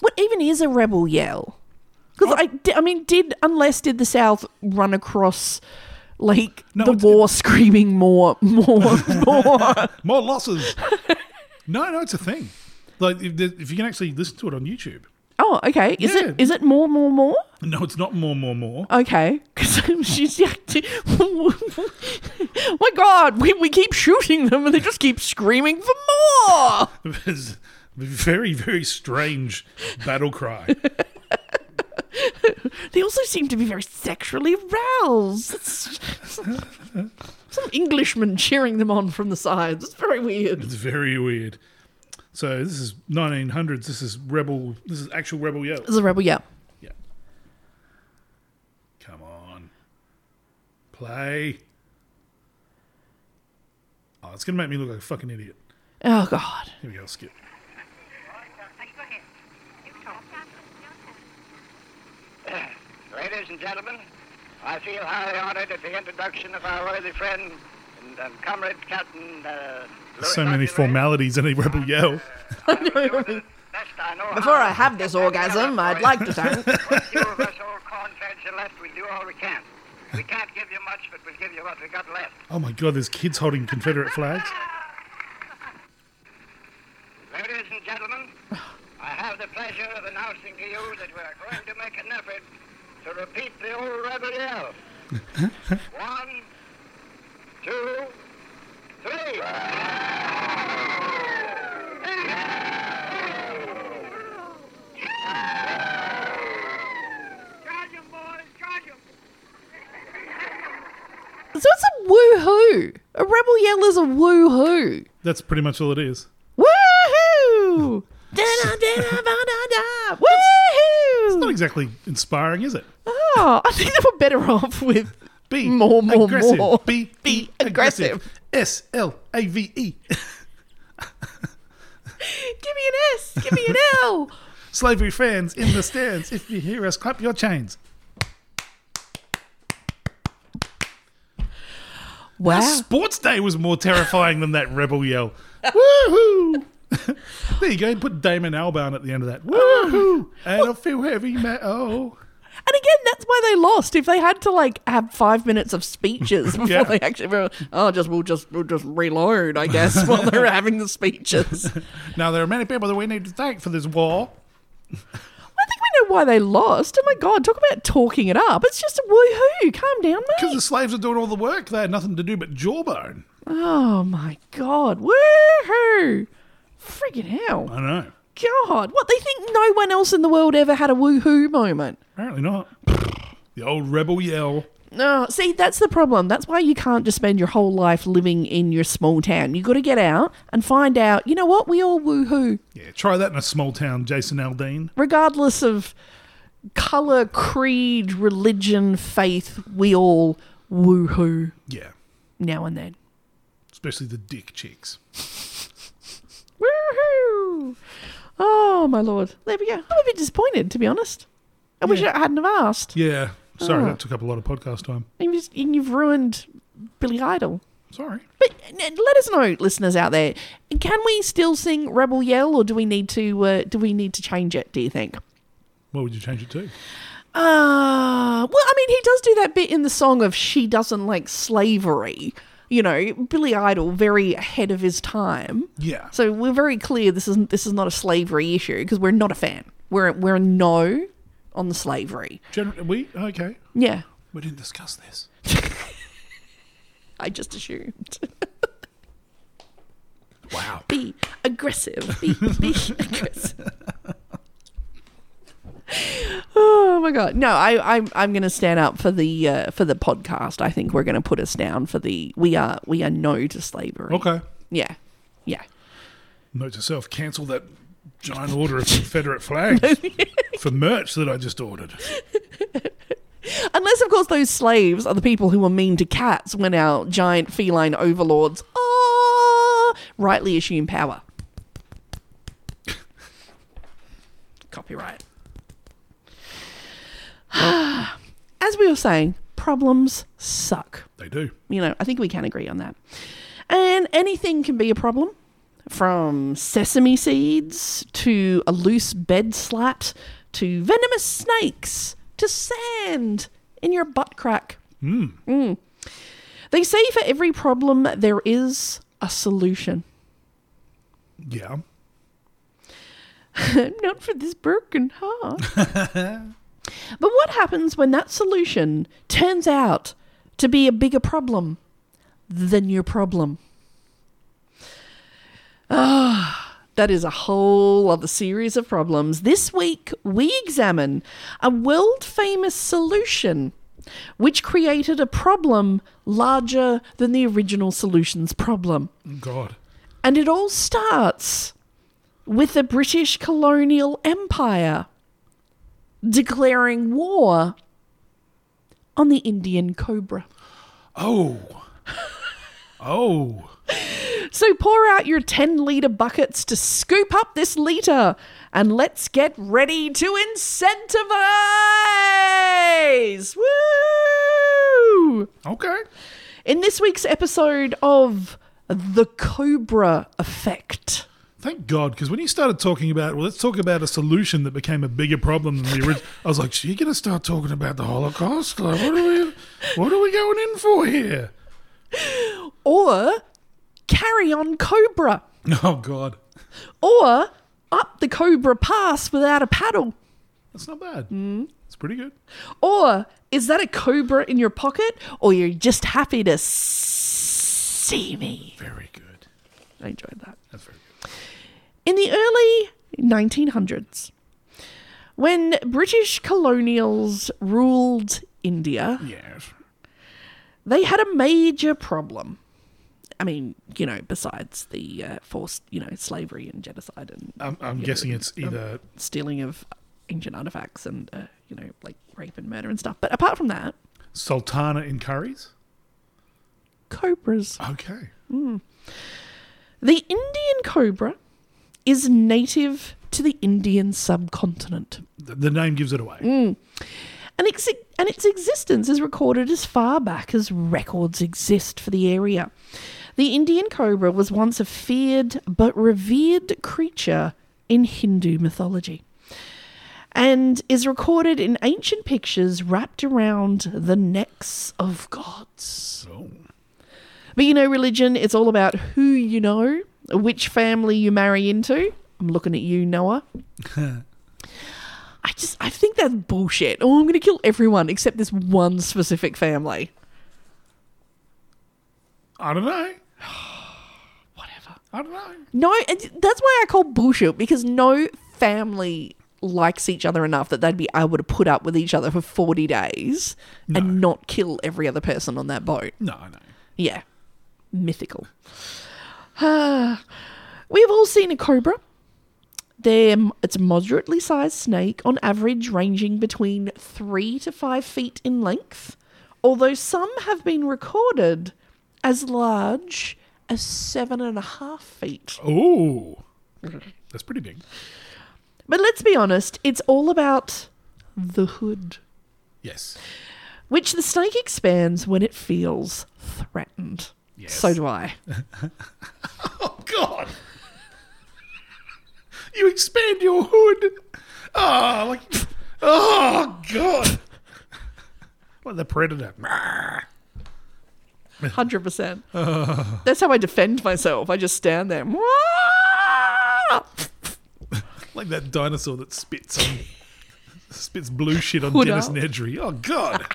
S4: What even is a rebel yell? Because
S3: Oh.
S4: I, di- I mean, did unless did the South run across like
S3: No,
S4: the
S3: it's-
S4: war screaming more, more, more?
S3: More losses. no, no, it's a thing. Like if, there- if you can actually listen to it on YouTube.
S4: oh, okay. Is
S3: Yeah.
S4: it is it more, more, more?
S3: No, it's not more, more, more.
S4: Okay, because she's acting. My God, we, we keep shooting them and they just keep screaming for more.
S3: It was a very, very strange battle cry.
S4: They also seem to be very sexually aroused. It's- some Englishman cheering them on from the sides. It's very weird.
S3: It's very weird. So this is 1900s. This is rebel. This is actual rebel yell.
S4: This is a rebel, yeah.
S3: Yeah. Come on. Play. Oh, it's gonna make me look like a fucking idiot.
S4: Oh God.
S3: Here we go. Skip.
S5: Ladies and gentlemen, I feel highly honored at the introduction of our worthy friend and, and comrade Captain. Uh, Louis
S3: So many
S5: Archibald.
S3: formalities in a rebel yell.
S5: Best I know
S4: Before
S5: how.
S4: I have this orgasm, I'd like to thank.
S5: What few of us old cornfeds are left, we do all we can. We can't give you much, but we'll give you what we got left.
S3: Oh my god, there's kids holding Confederate flags.
S5: Ladies and gentlemen, I have the pleasure of announcing to you that we are going to make an effort to repeat the old rebel yell. One, two, three. Charge 'em, boys, charge 'em.
S4: So it's a woohoo. A rebel yell is a woohoo.
S3: That's pretty much all it is.
S4: Woohoo! Da-da, da-da, ba-da-da.
S3: Not
S4: Woohoo!
S3: exactly inspiring, is it?
S4: Oh, I think they were better off with
S3: Be
S4: More, more,
S3: aggressive.
S4: more.
S3: Be,
S4: Be
S3: S L A V E.
S4: give me an S, give me an L.
S3: Slavery fans in the stands. If you hear us, clap your chains.
S4: Wow.
S3: Sports Day was more terrifying than that rebel yell. Woohoo! there you go. Put Damon Albarn at the end of that. Woohoo!
S4: Ah.
S3: And I feel heavy metal.
S4: And again, that's why they lost. If they had to like have five minutes of speeches before
S3: Yeah.
S4: they actually were, oh, just we'll just we'll just reload, I guess, while they're having the speeches. I
S3: Now there are many people that we need to thank for this war.
S4: think we know why they lost. Oh my god, talk about talking it up. It's just a woohoo. Calm down,
S3: Because
S4: mate.
S3: the slaves are doing all the work. They had nothing to do but jawbone.
S4: Oh my god, woohoo! Freaking hell,
S3: I know.
S4: God! What they think? No one else in the world ever had a woohoo moment.
S3: Apparently not. The old rebel yell.
S4: No, Oh, see, that's the problem. That's why you can't just spend your whole life living in your small town. You got to get out and find out. You know what? We all woohoo,
S3: Yeah, try that in a small town, Jason Aldean.
S4: regardless of color, creed, religion, faith. We all woohoo
S3: Yeah,
S4: now and then.
S3: especially the dick chicks.
S4: Woohoo! Oh my lord! There we go. I'm a bit disappointed, to be honest. I wish I hadn't have asked.
S3: Yeah. Sorry, that took up a lot of podcast time.
S4: And you've- and you've ruined Billy Idol.
S3: Sorry.
S4: But n- n- let us know, listeners out there, can we still sing "Rebel Yell," or do we need to uh, do we need to change it? Do you think?
S3: What would you change it to?
S4: Uh, well, I mean, he does do that bit in the song of "She doesn't like slavery." You know, Billy Idol, very ahead of his time.
S3: Yeah.
S4: So we're very clear this isn't this is not a slavery issue because we're not a fan. We're we're a no on slavery.
S3: Gen- we okay.
S4: Yeah,
S3: We didn't discuss this.
S4: I just assumed.
S3: Wow.
S4: Be aggressive. Be, be aggressive. Oh my god! No, I, I'm I'm going to stand up for the uh, for the podcast. I think we're going to put us down for the we are we are no to slavery.
S3: Okay.
S4: Yeah, yeah.
S3: Note to self: cancel that giant order of Confederate flags for merch that I just ordered.
S4: Unless, of course, those slaves are the people who were mean to cats when our giant feline overlords ah, rightly assume power. Copyright. As we were saying, problems suck.
S3: They do.
S4: You know, I think we can agree on that. And anything can be a problem from sesame seeds to a loose bed slat to venomous snakes to sand in your butt crack. Mm. They say for every problem there is a solution.
S3: Yeah.
S4: Not for this broken heart. but what happens when that solution turns out to be a bigger problem than your problem? Ah, that is a whole other series of problems. This week, we examine a world famous solution which created a problem larger than the original solution's problem.
S3: God.
S4: And it all starts with the British colonial empire declaring war on the Indian cobra.
S3: Oh. Oh.
S4: So pour out your 10 litre buckets to scoop up this litre and let's get ready to incentivize! Woo!
S3: Okay.
S4: In this week's episode of The Cobra Effect.
S3: Thank God, because when you started talking about, well, let's talk about a solution that became a bigger problem than the original. I was like, she going to start talking about the Holocaust? Like, what are we, what are we going in for here?
S4: or carry on Cobra,
S3: Oh God,
S4: or up the Cobra Pass without a paddle,
S3: that's not bad. It's pretty good.
S4: or is that a Cobra in your pocket, or you're just happy to s- see me?
S3: Very good.
S4: I enjoyed that.
S3: That's very good.
S4: In the early 1900s, when British colonials ruled India,
S3: Yes.
S4: they had a major problem. I mean, you know, besides the uh, forced, you know, slavery and genocide and
S3: I'm, I'm guessing it's either
S4: stealing of ancient artifacts and uh, you know like rape and murder and stuff. But apart from that,
S3: sultana in curries.
S4: cobras.
S3: Okay.
S4: The Indian cobra is native to the Indian subcontinent,
S3: The, the name gives it away.
S4: and its and its existence is recorded as far back as records exist for the area. The Indian cobra was once a feared but revered creature in Hindu mythology. and is recorded in ancient pictures wrapped around the necks of gods. But you know, religion, it's all about who you know, which family you marry into. I'm looking at you, Noah. I just, I think that's bullshit. Oh, I'm going to kill everyone except this one specific family.
S3: I don't know.
S4: Whatever.
S3: I don't know.
S4: No, and that's why I call bullshit because no family likes each other enough that they'd be able to put up with each other for 40 days and not kill every other person on that boat.
S3: No, I know.
S4: Yeah. Mythical. Ah. We've all seen a cobra. They're, it's a moderately sized snake, on average ranging between three to five feet in length, although some have been recorded as large as seven and a half feet.
S3: Oh, that's pretty big.
S4: But let's be honest, it's all about the hood,
S3: Yes.
S4: which the snake expands when it feels threatened.
S3: Yes.
S4: So do I.
S3: Oh God! You expand your hood. Oh, like oh God! Like the predator.
S4: Hundred percent. That's how I defend myself. I just stand there.
S3: Like that dinosaur that spits on Spits blue shit on
S4: Hood
S3: Dennis
S4: up.
S3: Nedry. Oh, God.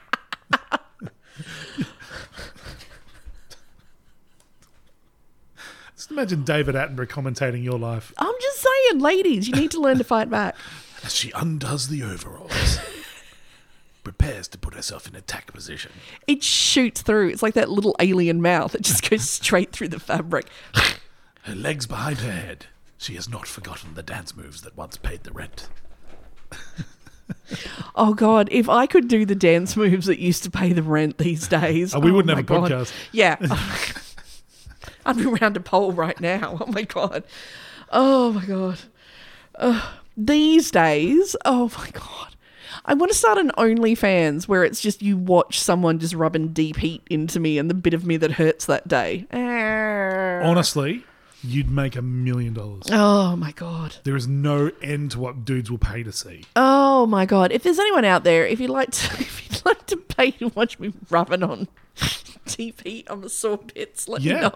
S3: Just imagine David Attenborough commentating your life.
S4: I'm just saying, ladies, you need to learn to fight back.
S3: As she undoes the overalls, prepares to put herself in attack position.
S4: It shoots through. It's like that little alien mouth. It just goes straight through the fabric.
S3: Her legs behind her head. She has not forgotten the dance moves that once paid the rent.
S4: Oh God! If I could do the dance moves that used to pay the rent these days,
S3: Oh, we wouldn't
S4: my
S3: have a
S4: God.
S3: podcast.
S4: Yeah, I'd be round a pole right now. Oh my God! Oh my God! Ugh. these days, oh my God! I want to start an OnlyFans where it's just you watch someone just rubbing deep heat into me and the bit of me that hurts that day.
S3: Honestly, you'd make a million dollars.
S4: Oh my God!
S3: There is no end to what dudes will pay to see.
S4: Oh my god! If there's anyone out there, if you'd like to, if you'd like to pay to watch me rubbing on deep heat on the sore bits, let
S3: Yeah.
S4: me know.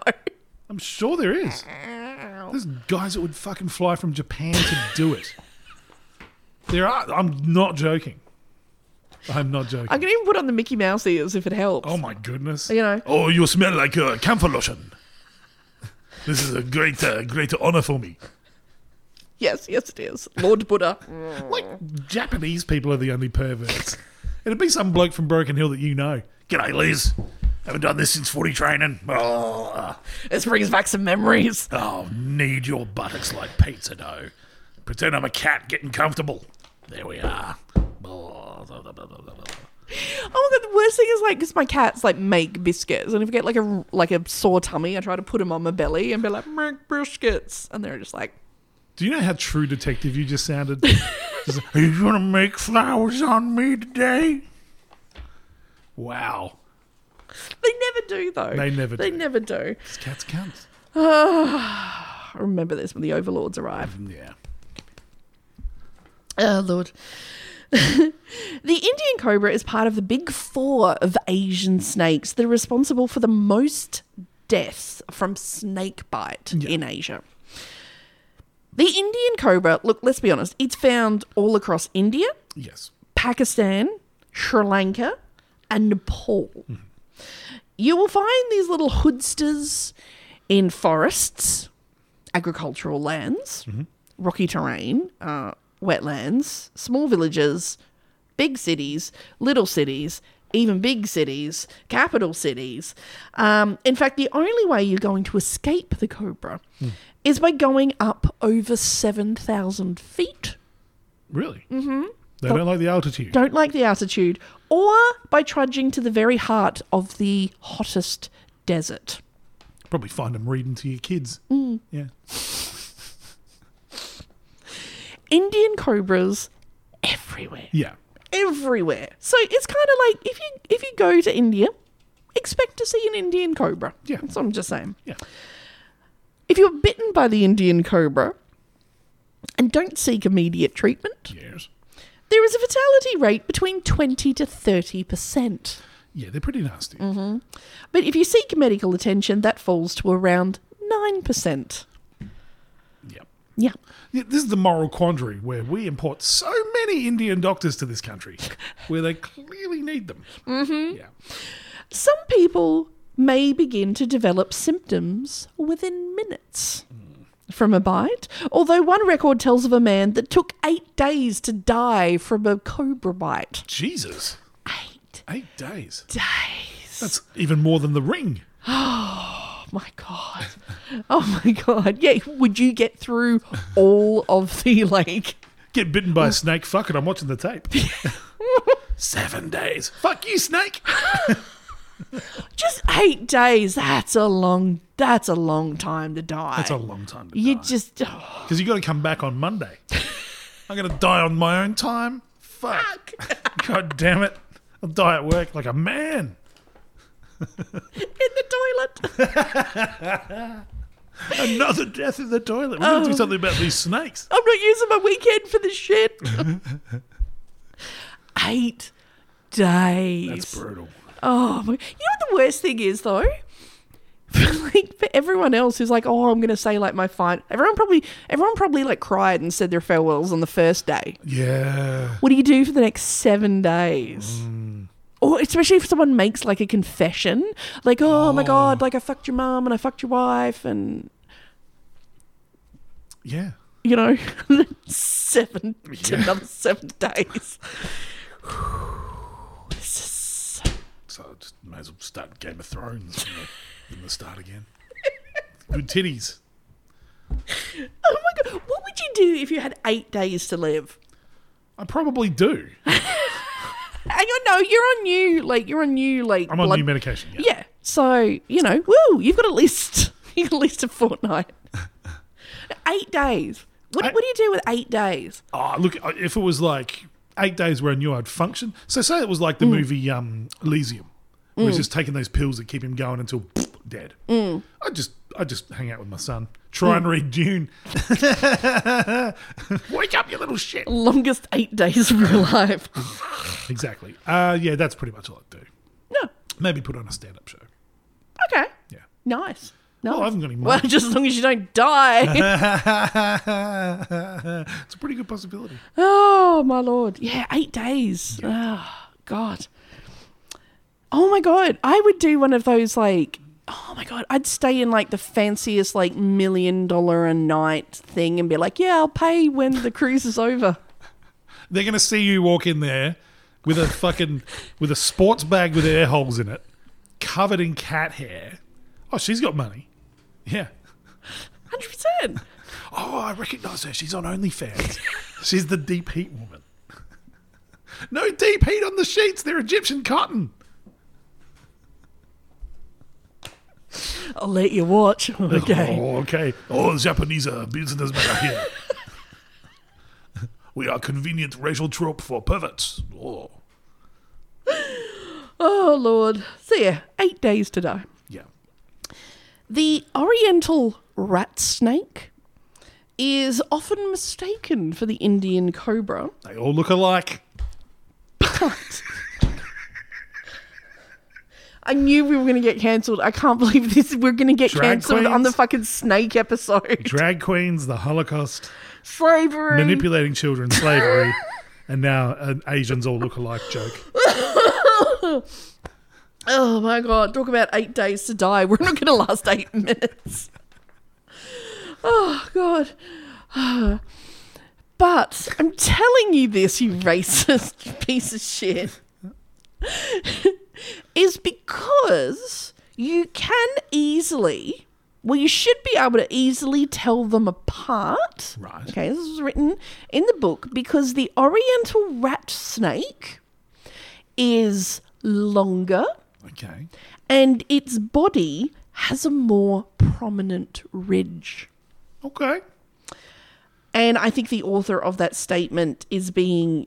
S3: I'm sure there is. There's guys that would fucking fly from Japan to do it. There are. I'm not joking. I'm not joking.
S4: I can even put on the Mickey Mouse ears if it helps.
S3: oh my goodness.
S4: You know.
S3: Oh, you smell like uh, camphor lotion. This is a great, uh, great honor for me.
S4: Yes, yes, it is. Lord Buddha.
S3: Like Japanese people are the only perverts. It'd be some bloke from Broken Hill that you know. G'day, Liz. Haven't done this since footy training. Oh, uh,
S4: this brings back some memories.
S3: oh, knead your buttocks like pizza dough. Pretend I'm a cat getting comfortable. There we are. Oh, blah, blah, blah, blah, blah, blah.
S4: Oh my god! The worst thing is like because my cats like make biscuits, and if I get like a like a sore tummy, I try to put them on my belly and be like make biscuits, and they're just like.
S3: Do you know how true detective you just sounded? Just like, Are you gonna make flowers on me today? Wow,
S4: They never do though.
S3: They never
S4: They
S3: do.
S4: never do.
S3: this cat's cunt.
S4: I remember this when the overlords arrive.
S3: Yeah.
S4: Oh, Lord. the Indian cobra is part of the big four of Asian snakes that are responsible for the most deaths from snake bite in Asia. The Indian cobra, look, let's be honest, it's found all across India,
S3: Yes.
S4: Pakistan, Sri Lanka, and Nepal. You will find these little hoodsters in forests, agricultural lands, rocky terrain, uh, wetlands, small villages, big cities, little cities, even big cities, capital cities. Um, in fact, the only way you're going to escape the cobra is by going up over 7,000 feet.
S3: Really? Mm-hmm. They don't like the altitude.
S4: don't like the altitude, or by trudging to the very heart of the hottest desert.
S3: Probably find them reading to your kids.
S4: Mm.
S3: Yeah.
S4: Indian cobras everywhere,
S3: Yeah.
S4: everywhere. So it's kind of like if you if you go to India, expect to see an Indian cobra.
S3: Yeah.
S4: that's what I'm just saying.
S3: Yeah.
S4: If you're bitten by the Indian cobra and don't seek immediate treatment,
S3: Yes.
S4: there is a fatality rate between twenty to thirty percent.
S3: Yeah, they're pretty nasty.
S4: Mm-hmm. But if you seek medical attention, that falls to around nine percent.
S3: Yeah.
S4: Yeah.
S3: Yeah, This is the moral quandary where we import so many Indian doctors to this country where they clearly need them. Mm-hmm. Yeah.
S4: Some people may begin to develop symptoms within minutes from a bite, although one record tells of a man that took eight days to die from a cobra bite.
S3: Jesus.
S4: Eight
S3: Eight days.
S4: days.
S3: That's even more than the ring.
S4: Oh my God. Oh my God. Yeah, would you get through all of the like.
S3: Get bitten by a snake. Fuck it. I'm watching the tape. Seven days. Fuck you, snake.
S4: Just eight days. That's a long. That's a long time to die.
S3: That's a long time to
S4: You
S3: die.
S4: just. oh,
S3: Because you got to come back on Monday. I'm going to die on my own time. Fuck. God damn it. I'll die at work like a man.
S4: in the toilet.
S3: Another death in the toilet. We're going to do something about these snakes.
S4: I'm not using my weekend for this shit. Eight days.
S3: It's brutal.
S4: oh my! You know what the worst thing is though? for like for everyone else who's like, oh, I'm gonna say like my fine. Everyone probably everyone probably like cried and said their farewells on the first day.
S3: Yeah.
S4: What do you do for the next seven days? Or especially if someone makes like a confession, like, oh, my god, like I fucked your mum and I fucked your wife, and
S3: Yeah.
S4: you know, seven to another seven days. This is-
S3: So I just may as well start Game of Thrones from the, from the start again. Good titties.
S4: oh my god, what would you do if you had eight days to live?
S3: I probably do.
S4: Hang on, no, you're on new, like you're on new, like
S3: I'm on
S4: blood-
S3: new medication. Yeah.
S4: Yeah. So, you know, woo, you've got at least you got at least a fortnight. eight days. What,
S3: I-
S4: what do you do with eight days?
S3: Oh, look, if it was like eight days where I knew I'd function. So say it was like the movie um, Elysium, where he's just taking those pills that keep him going until dead. I just I just hang out with my son, try and read Dune. Wake up, you little shit.
S4: Longest eight days of your life.
S3: Exactly. Uh, yeah, that's pretty much all I'd do.
S4: No.
S3: Maybe put on a stand up show.
S4: Okay.
S3: Yeah.
S4: Nice. No.
S3: Well, I haven't got any money.
S4: Well, just as long as you don't die.
S3: it's a pretty good possibility.
S4: oh, my lord. Yeah, eight days. Oh, God. Oh, my God. I would do one of those, like, oh, my God. I'd stay in, like, the fanciest, like, million dollar a night thing and be like, yeah, I'll pay when the cruise is over.
S3: They're gonna see you walk in there with a fucking with a sports bag with air holes in it, covered in cat hair. Oh, she's got money. Yeah.
S4: Hundred percent.
S3: Oh, I recognise her. She's on OnlyFans. she's the deep heat woman. no deep heat on the sheets. They're Egyptian cotton.
S4: I'll let you watch. Okay.
S3: Oh, okay. Oh, Japanese uh, businessmen are here. we are convenient racial trope for perverts. Oh,
S4: Oh lord. So yeah, eight days to die.
S3: yeah.
S4: The Oriental rat snake is often mistaken for the Indian cobra,
S3: They all look alike.
S4: but I knew we were going to get cancelled. I can't believe this. We're going to get
S3: Drag
S4: cancelled on the
S3: queens?
S4: fucking snake episode.
S3: Drag queens, the Holocaust.
S4: Slavery.
S3: manipulating children, slavery, and now an Asians all look alike joke.
S4: Oh my god, talk about eight days to die. We're not gonna last eight minutes. Oh god. But I'm telling you this, you racist piece of shit. is because you can easily well, you should be able to easily tell them apart.
S3: Right.
S4: Okay, this was written in the book because the oriental rat snake is longer
S3: Okay.
S4: and its body has a more prominent ridge.
S3: Okay.
S4: And I think the author of that statement is being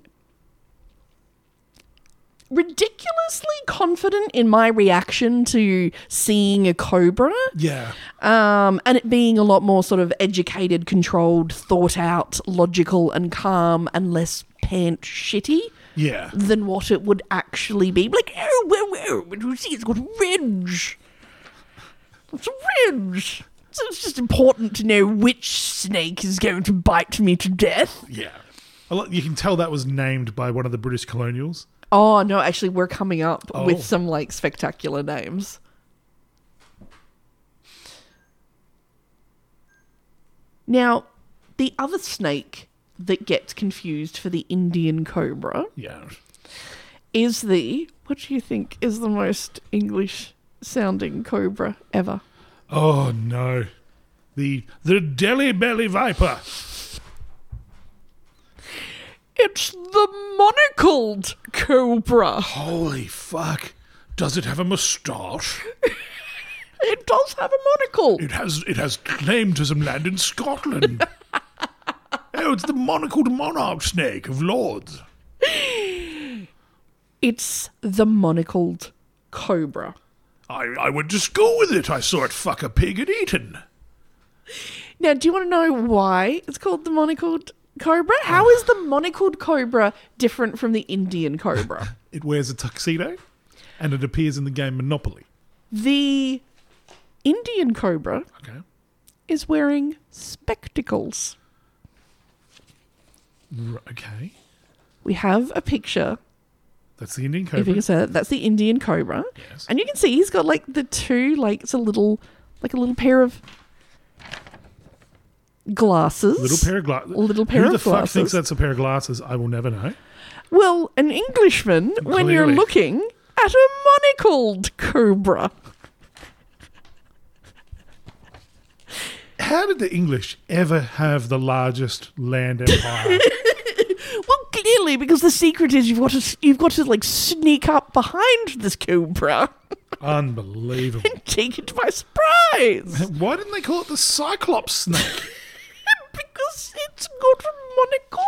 S4: ridiculously confident in my reaction to seeing a cobra
S3: Yeah.
S4: um, and it being a lot more sort of educated, controlled, thought out, logical, and calm, and less pant shitty.
S3: Yeah.
S4: Than what it would actually be. Like, oh, well, well, but you see, it's got ridge. It's a ridge. So it's just important to know which snake is going to bite me to death.
S3: Yeah. A lot, you can tell that was named by one of the British colonials.
S4: Oh, no, actually, we're coming up
S3: Oh.
S4: with some like spectacular names. Now, the other snake that gets confused for the Indian cobra
S3: Yeah.
S4: is the, what do you think is the most English sounding cobra ever?
S3: Oh no. The the Delhi Belly Viper.
S4: It's the monocled cobra.
S3: Holy fuck. Does it have a moustache?
S4: It does have a monocle.
S3: It has it has claim to some land in Scotland. oh, it's the monocled monarch snake of Lords.
S4: It's the monocled cobra.
S3: I, I went to school with it. I saw it fuck a pig at Eton.
S4: Now, do you want to know why it's called the monocled cobra? How is the monocled cobra different from the Indian cobra?
S3: It wears a tuxedo and it appears in the game Monopoly.
S4: the Indian cobra
S3: Okay.
S4: is wearing spectacles.
S3: R- okay.
S4: We have a picture
S3: That's the Indian
S4: if you
S3: cobra.
S4: can say that. That's the Indian cobra.
S3: Yes.
S4: And you can see he's got like the two, like it's a little, like a little pair of glasses.
S3: Little pair of glasses.
S4: Little pair
S3: Who
S4: of
S3: the fuck
S4: glasses.
S3: thinks that's a pair of glasses? I will never know.
S4: Well, an Englishman, when you're
S3: Clearly.
S4: looking at a monocled cobra.
S3: How did the English ever have the largest land empire?
S4: Well, clearly, because the secret is you've got to s- you've got to like sneak up behind this cobra,
S3: Unbelievable.
S4: take it by surprise,
S3: Why didn't they call it the Cyclops snake?
S4: because it's got a monocle.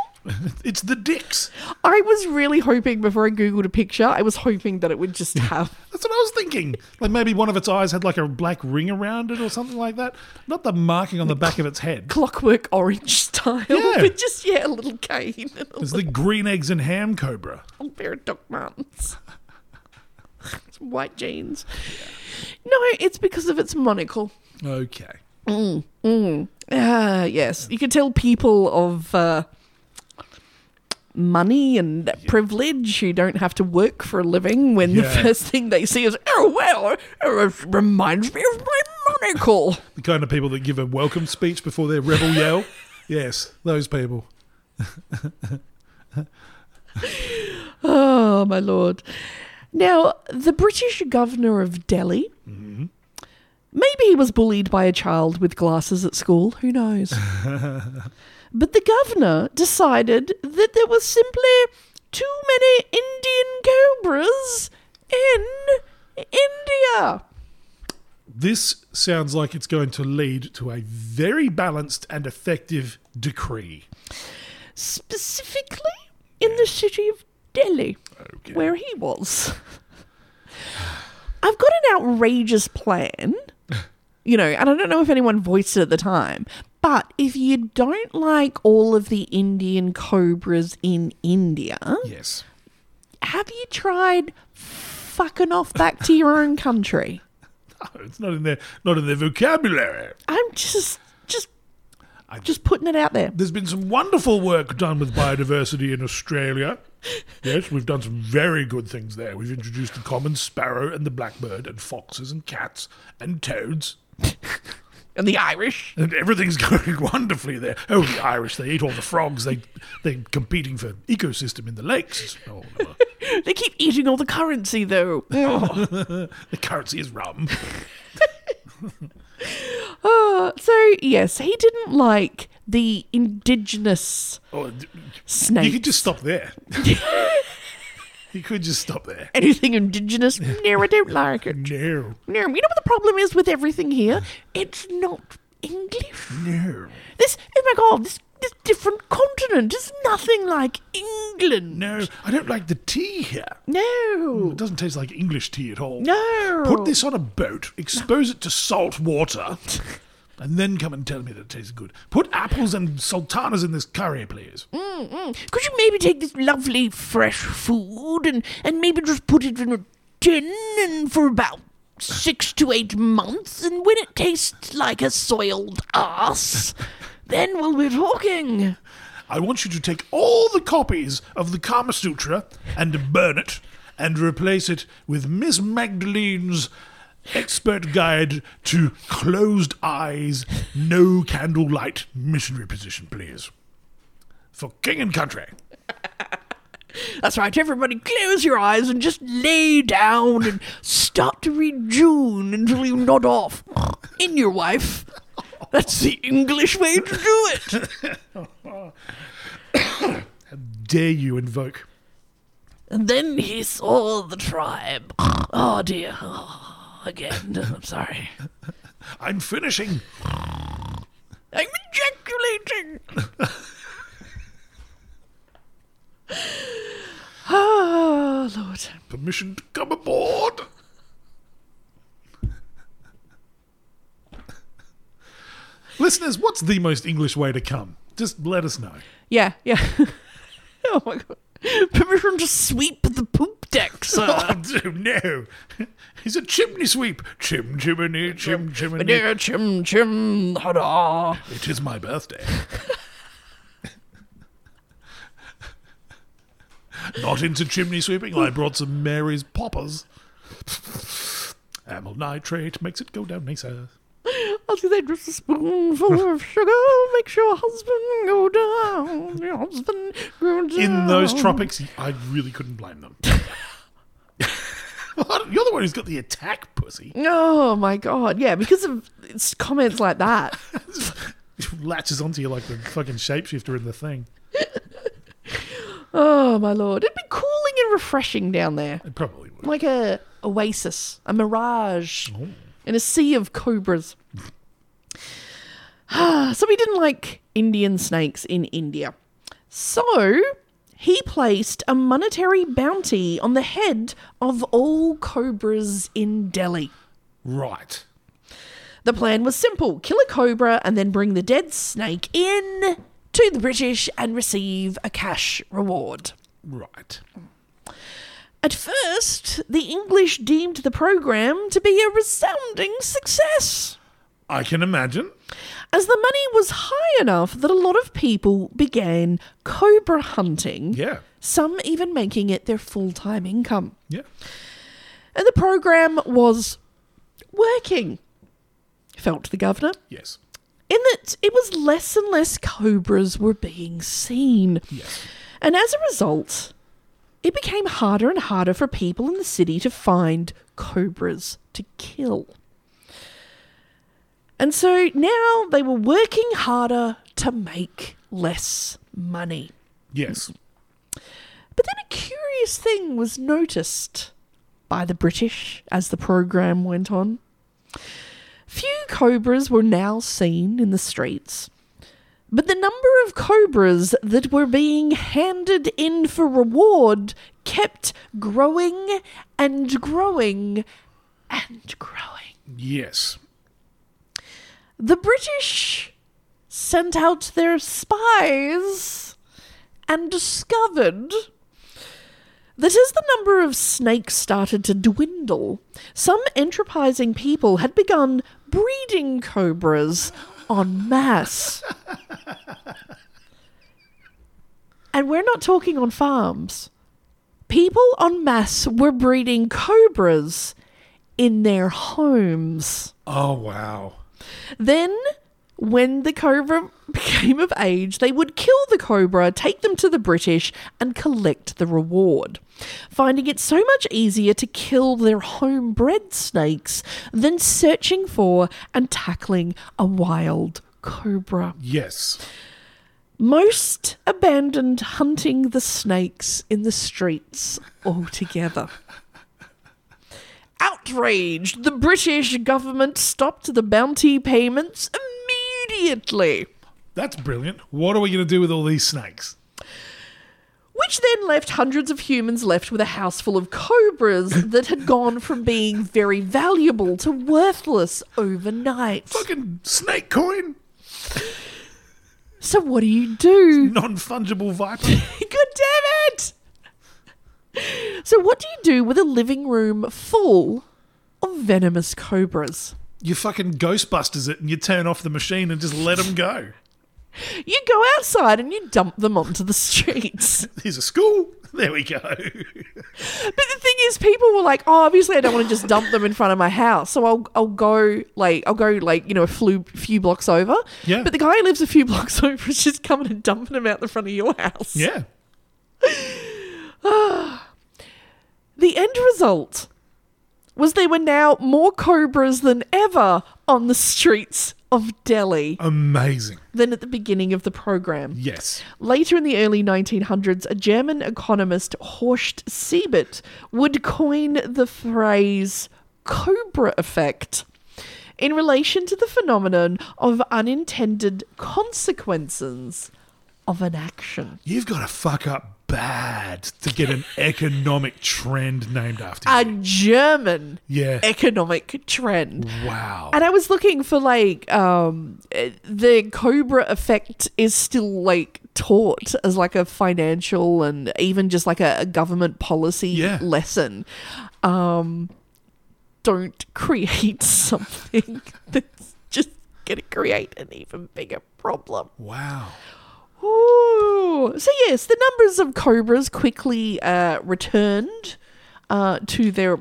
S3: It's the dicks.
S4: I was really hoping before I googled a picture, I was hoping that it would just have.
S3: That's what I was thinking. Like maybe one of its eyes had like a black ring around it or something like that. Not the marking on the back of its head.
S4: Clockwork orange style,
S3: Yeah.
S4: but just yeah, a little cane and a
S3: It's the green eggs and ham cobra.
S4: little pair of Doc Martens, Some white jeans. No, it's because of its monocle.
S3: Okay.
S4: Ah, yes. You can tell people of uh, money and privilege who don't have to work for a living when the
S3: Yeah.
S4: first thing they see is, oh, well, it reminds me of my monocle.
S3: The kind of people that give a welcome speech before their rebel yell. Yes, those people.
S4: Oh, my lord. Now, the British governor of Delhi, maybe he was bullied by a child with glasses at school, who knows? but the governor decided that there was simply too many Indian cobras in India.
S3: This sounds like it's going to lead to a very balanced and effective decree.
S4: specifically in the city of Delhi, where he was. I've got an outrageous plan, you know, and I don't know if anyone voiced it at the time, but if you don't like all of the Indian cobras in India,
S3: Yes.
S4: have you tried fucking off back to your own country?
S3: Oh, It's not in their not in their vocabulary.
S4: I'm just, just,
S3: I-
S4: just putting it out there.
S3: There's been some wonderful work done with biodiversity in Australia. Yes, we've done some very good things there. We've introduced the common sparrow and the blackbird and foxes and cats and toads.
S4: And the Irish.
S3: And everything's going wonderfully there. Oh, the Irish, they eat all the frogs. They, they're competing for ecosystem in the lakes. Oh, no.
S4: They keep eating all the currency, though.
S3: the currency is rum.
S4: So yes, he didn't like the indigenous
S3: Oh, you
S4: snake.
S3: could just stop there. you could just stop there.
S4: Anything indigenous? No, I don't like it.
S3: No,
S4: No, you know what the problem is with everything here? It's not English.
S3: no,
S4: This, oh my god, this this different continent is nothing like England.
S3: no. I don't like the tea here.
S4: no,
S3: It doesn't taste like English tea at all.
S4: no.
S3: Put this on a boat, expose it to salt water, and then come and tell me that it tastes good. Put apples and sultanas in this curry, please.
S4: Could you maybe take this lovely fresh food and, and maybe just put it in a tin and for about six to eight months? And when it tastes like a soiled ass, then we'll be talking.
S3: I want you to take all the copies of the Kama Sutra and burn it and replace it with Miss Magdalene's expert guide to closed eyes, no candlelight missionary position, please. For king and country.
S4: That's right, everybody, close your eyes and just lay down and start to read June until you nod off in your wife. That's the English way to do it.
S3: Dare you invoke
S4: And then he saw the tribe. Oh dear. Oh, again, I'm sorry.
S3: I'm finishing.
S4: I'm ejaculating. oh, Lord.
S3: Permission to come aboard. Listeners, what's the most English way to come? Just let us know.
S4: Yeah, yeah. oh, my God. Permission to sweep the poop deck, sir.
S3: dude, Oh, no. He's a chimney sweep. Chim chimney, chim chimney.
S4: Dear chim chim, hurrah.
S3: It is my birthday. Not into chimney sweeping. I brought some Mary's poppers. Amyl nitrate makes it go down nicer.
S4: I'll say just a spoonful of sugar makes your husband go down. Your husband go down.
S3: In those tropics, I really couldn't blame them. What? You're the one who's got the attack, pussy.
S4: Oh my god, yeah, because of it's comments like that.
S3: Latches onto you like the fucking shapeshifter in the thing.
S4: Oh my lord, it'd be cooling and refreshing down there,
S3: It probably would.
S4: like a oasis, a mirage, in a sea of cobras. so he didn't like Indian snakes in India, so he placed a monetary bounty on the head of all cobras in Delhi.
S3: Right.
S4: The plan was simple kill a cobra and then bring the dead snake in to the British and receive a cash reward.
S3: Right.
S4: At first, the English deemed the program to be a resounding success,
S3: I can imagine.
S4: as the money was high enough that a lot of people began cobra hunting,
S3: Yeah.
S4: some even making it their full time income.
S3: Yeah.
S4: And the program was working, felt the governor.
S3: Yes.
S4: in that it was less and less cobras were being seen.
S3: Yes.
S4: And as a result, it became harder and harder for people in the city to find cobras to kill. And so now they were working harder to make less money.
S3: Yes.
S4: But then a curious thing was noticed by the British as the program went on. Few cobras were now seen in the streets, but the number of cobras that were being handed in for reward kept growing and growing and growing
S3: Yes.
S4: the British sent out their spies and discovered that as the number of snakes started to dwindle, some enterprising people had begun breeding cobras en masse. and we're not talking on farms. People en masse were breeding cobras in their homes.
S3: Oh, wow.
S4: Then, when the cobra became of age, they would kill the cobra, take them to the British, and collect the reward, finding it so much easier to kill their homebred snakes than searching for and tackling a wild cobra.
S3: Yes.
S4: Most abandoned hunting the snakes in the streets altogether. Outraged, the British government stopped the bounty payments immediately,
S3: That's brilliant. What are we going to do with all these snakes?
S4: which then left hundreds of humans left with a house full of cobras that had gone from being very valuable to worthless overnight.
S3: Fucking snake coin.
S4: So, what do you do?
S3: Non fungible viper.
S4: God damn it! So, what do you do with a living room full of venomous cobras?
S3: you fucking Ghostbusters it and you turn off the machine and just let them go.
S4: You go outside and you dump them onto the streets.
S3: Here's a school. There we go.
S4: But the thing is, people were like, "Oh, obviously, I don't want to just dump them in front of my house, so I'll I'll go like I'll go like you know a few few blocks over."
S3: Yeah.
S4: But the guy who lives a few blocks over is just coming and dumping them out the front of your house.
S3: yeah.
S4: The end result was there were now more cobras than ever on the streets of Delhi
S3: Amazing.
S4: than at the beginning of the program.
S3: Yes.
S4: Later in the early 1900s, a German economist, Horst Siebert, would coin the phrase cobra effect in relation to the phenomenon of unintended consequences of an action.
S3: You've got to fuck up bad to get an economic trend named after you.
S4: A German
S3: yeah.
S4: economic trend.
S3: wow.
S4: And I was looking for like um eh, the cobra effect is still like taught as like a financial and even just like a, a government policy
S3: Yeah.
S4: lesson. Um, don't create something that's just going to create an even bigger problem.
S3: Wow.
S4: Ooh. So yes, the numbers of cobras quickly uh, returned uh, to their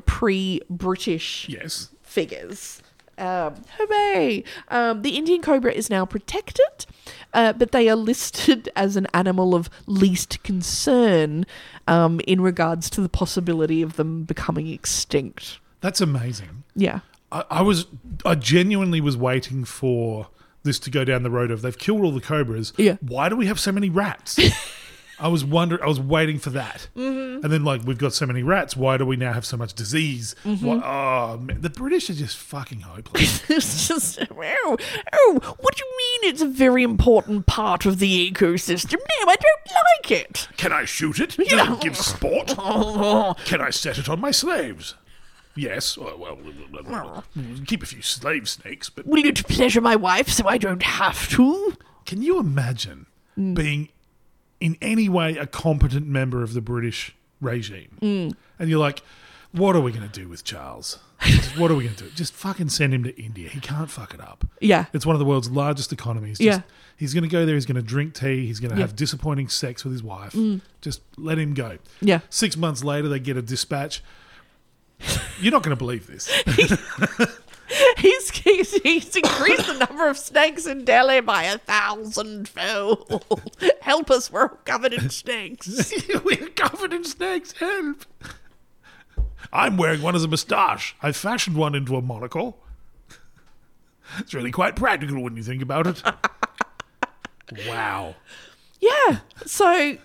S4: pre-British
S3: Yes.
S4: figures. Um, hooray! Um, the Indian cobra is now protected, uh, but they are listed as an animal of least concern um, in regards to the possibility of them becoming extinct.
S3: That's amazing.
S4: Yeah.
S3: I, I was I genuinely was waiting for this to go down the road of they've killed all the cobras.
S4: Yeah.
S3: Why do we have so many rats? I was wondering. I was waiting for that, mm-hmm. and then like we've got so many rats. Why do we now have so much disease? Why, oh, man, the British are just fucking hopeless.
S4: it's just oh, oh, what do you mean? It's a very important part of the ecosystem. No, I don't like it.
S3: Can I shoot it? Does it give sport?
S4: Oh.
S3: Can I set it on my slaves? Yes. Well, well, well, well, keep a few slave snakes, but
S4: Will you pleasure my wife so I don't have to?
S3: Can you imagine
S4: Mm.
S3: being in any way a competent member of the British regime?
S4: Mm.
S3: And you're like, what are we going to do with Charles? Just, what are we going to do? Just fucking send him to India. He can't fuck it up.
S4: Yeah.
S3: It's one of the world's largest economies. Just,
S4: Yeah.
S3: He's going to go there. He's going to drink tea. He's going to
S4: Yeah. Mm.
S3: have disappointing sex with his wife. Just let him go.
S4: Yeah.
S3: Six months later, they get a dispatch. You're not going to believe this.
S4: He's, he's, he's increased the number of snakes in Delhi by a thousandfold. Help us, we're all covered in snakes.
S3: We're covered in snakes. Help! I'm wearing one as a moustache. I fashioned one into a monocle. It's really quite practical when you think about it. wow.
S4: yeah. So,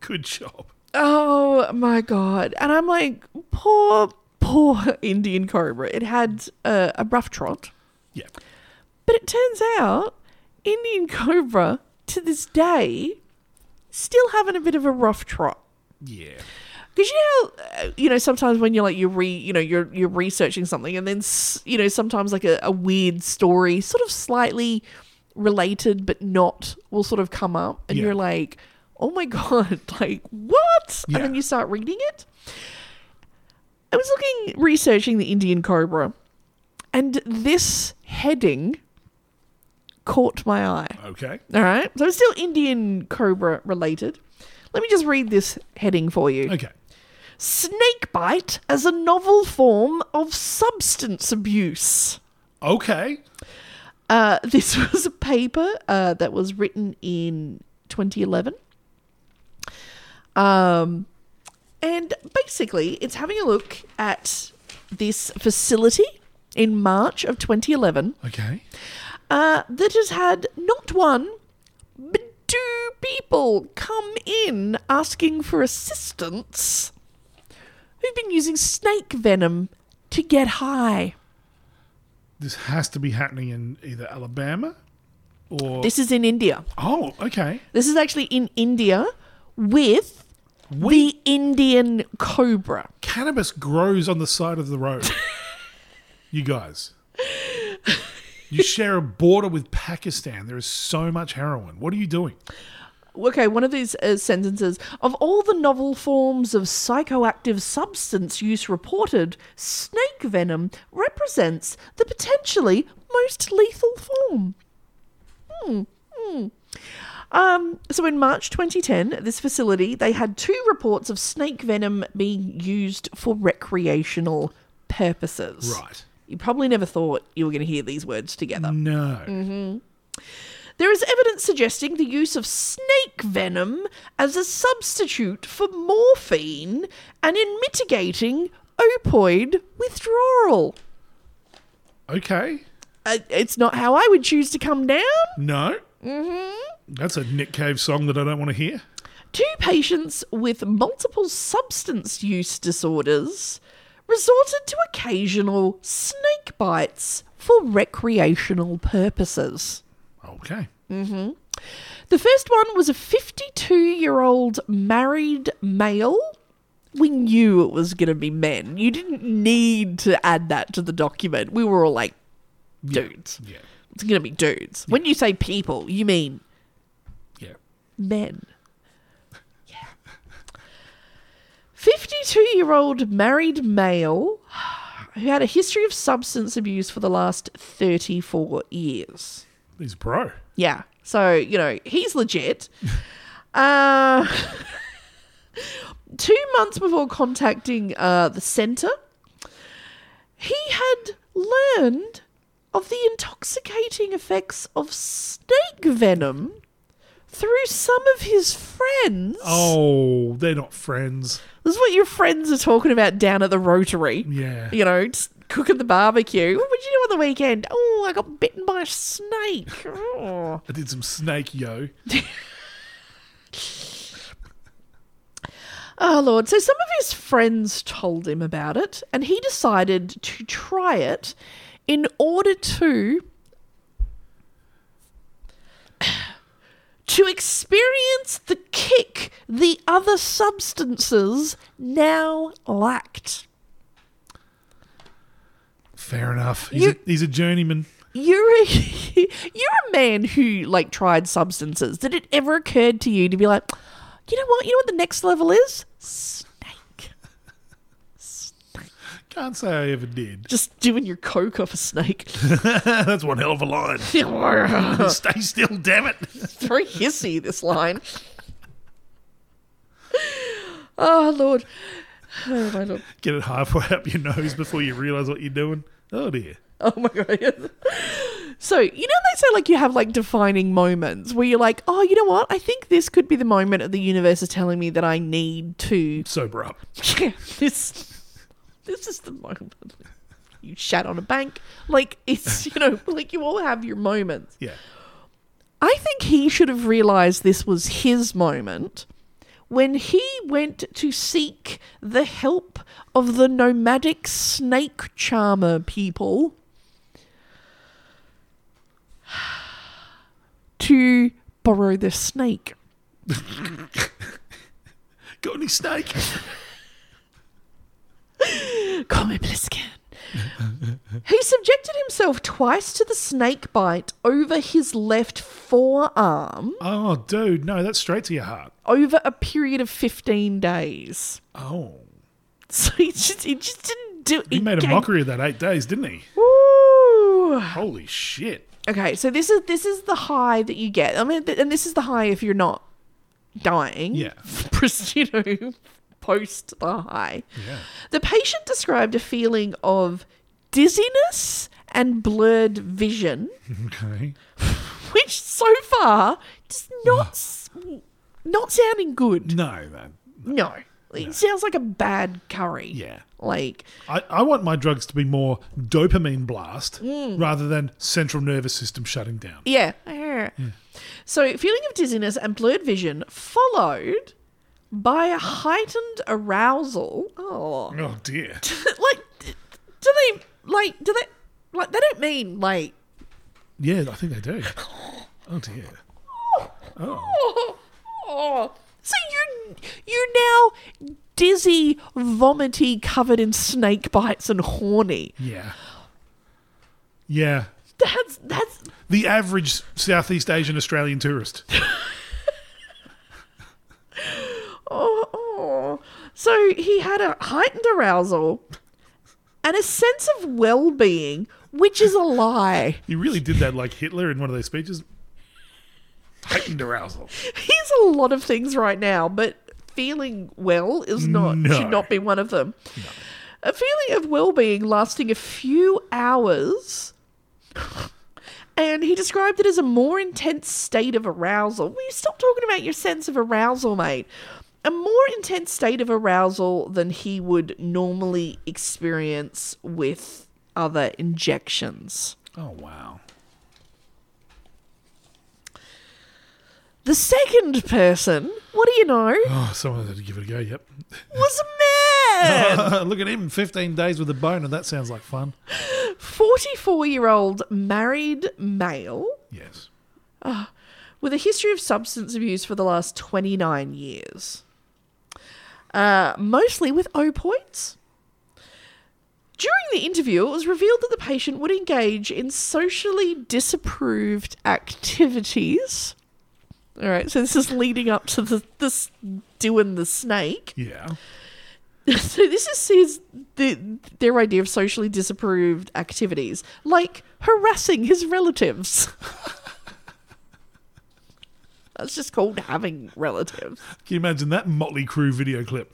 S3: Good job.
S4: oh my God. And I'm like, poor, poor Indian cobra. It had a, a rough trot.
S3: Yeah.
S4: But it turns out Indian cobra to this day still having a bit of a rough trot.
S3: Yeah.
S4: Because you know, how, uh, you know, sometimes when you're like you re, you know, you're you're researching something, and then s- you know, sometimes like a, a weird story, sort of slightly related but not, will sort of come up, and
S3: Yeah.
S4: you're like, oh my god, like what?
S3: Yeah.
S4: And then you start reading it. I was looking researching the Indian cobra, and this heading caught my eye.
S3: Okay.
S4: All right, so it's still Indian cobra related. Let me just read this heading for you.
S3: Okay.
S4: Snakebite as a novel form of substance abuse.
S3: Okay.
S4: Uh, this was a paper uh, that was written in 2011. Um, and basically, it's having a look at this facility in March of 2011
S3: Okay.
S4: uh, that has had not one, but two people come in asking for assistance who've been using snake venom to get high.
S3: This has to be happening in either Alabama or.
S4: This is in India.
S3: oh, okay.
S4: This is actually in India with the Indian cobra.
S3: Cannabis grows on the side of the road. you guys. You share a border with Pakistan. There is so much heroin. What are you doing?
S4: Okay, one of these uh, sentences. Of all the novel forms of psychoactive substance use reported, snake venom represents the potentially most lethal form. Hmm, Um, so in March 2010, at this facility, they had two reports of snake venom being used for recreational purposes.
S3: Right.
S4: You probably never thought you were going to hear these words together.
S3: No.
S4: There is evidence suggesting the use of snake venom as a substitute for morphine and in mitigating opioid withdrawal.
S3: Okay.
S4: Uh, it's not how I would choose to come down.
S3: No. Mm-hmm. That's a Nick Cave song that I don't want to hear.
S4: Two patients with multiple substance use disorders resorted to occasional snake bites for recreational purposes.
S3: Okay.
S4: The first one was a 52 year old married male. We knew it was going to be men. You didn't need to add that to the document. We were all like, dudes.
S3: Yeah.
S4: It's going to be dudes. When you say people, you mean
S3: Yeah.
S4: men. Yeah. 52 year old married male who had a history of substance abuse for the last 34 years.
S3: He's pro.
S4: Yeah. So, you know, he's legit. uh, two months before contacting uh, the centre, he had learned of the intoxicating effects of snake venom through some of his friends.
S3: Oh, they're not friends.
S4: This is what your friends are talking about down at the Rotary.
S3: Yeah.
S4: You know, just cooking the barbecue. What would you do on the weekend? Oh, I got bitten by a snake. Oh.
S3: I did some snake yo.
S4: Oh, Lord. So some of his friends told him about it, and he decided to try it in order to. To experience the kick the other substances now lacked.
S3: Fair enough. He's, a,
S4: You-
S3: he's a journeyman.
S4: You're a, you're a man who like tried substances. Did it ever occur to you to be like, you know what? You know what the next level is? Snake.
S3: Can't say I ever did.
S4: Just doing your coke off a snake.
S3: That's one hell of a line. Stay still, damn it.
S4: very hissy, this line. oh, Lord. Oh, my Lord.
S3: Get it halfway up your nose before you realise what you're doing. Oh dear.
S4: Oh, my God. so, you know, they say, like, you have, like, defining moments where you're like, oh, you know what? I think this could be the moment of the universe is telling me that I need to.
S3: Sober up.
S4: this, this is the moment. You shat on a bank. Like, it's, you know, like, you all have your moments.
S3: Yeah.
S4: I think he should have realized this was his moment when he went to seek the help of the nomadic snake charmer people to borrow the snake.
S3: Got any snake?
S4: Come here, Bliskin. he subjected himself twice to the snake bite over his left forearm
S3: Oh, dude, no, that's straight to your heart.
S4: over a period of 15 days.
S3: Oh.
S4: So he just he just didn't do.
S3: He made a mockery of that eight days, didn't he?
S4: Woo.
S3: Holy shit.
S4: Okay, so this is this is the high that you get. I mean, th- and this is the high if you're not dying.
S3: Yeah.
S4: you know, post the high. The patient described a feeling of dizziness and blurred vision,
S3: Okay.
S4: which so far does not s- not sounding good.
S3: No, man.
S4: No, it sounds like a bad curry.
S3: Yeah.
S4: like
S3: I, I want my drugs to be more dopamine blast rather than central nervous system shutting down.
S4: Yeah. So, feeling of dizziness and blurred vision, followed by a heightened arousal. Oh,
S3: Oh dear.
S4: like, d- do they like? Do they like? They don't mean like.
S3: Yeah, I think they do. Oh dear.
S4: Oh, oh. So you're you're now dizzy, vomity, covered in snake bites and horny.
S3: Yeah. Yeah.
S4: That's that's
S3: The average Southeast Asian Australian tourist.
S4: Oh, oh. So he had a heightened arousal and a sense of well being, which is a lie.
S3: He really did that like Hitler in one of those speeches. Heightened arousal.
S4: He's a lot of things right now, but feeling well is not
S3: No.
S4: should not be one of them. A feeling of well being lasting a few hours. And he described it as a more intense state of arousal. Will you stop talking about your sense of arousal, mate? A more intense state of arousal than he would normally experience with other injections.
S3: Oh wow.
S4: The second person, what do you know,
S3: Oh, someone had to give it a go. Yep.
S4: was a man!
S3: Look at him. Fifteen days with a boner. That sounds like fun.
S4: 44 year old married male
S3: Yes.
S4: with a history of substance abuse for the last 29 years, uh, mostly with opioids. During the interview, it was revealed that the patient would engage in socially disapproved activities. All right, so this is leading up to the this doing the snake.
S3: Yeah.
S4: So this is says the, their idea of socially disapproved activities, like harassing his relatives. That's just called having relatives.
S3: Can you imagine that Motley Crew video clip?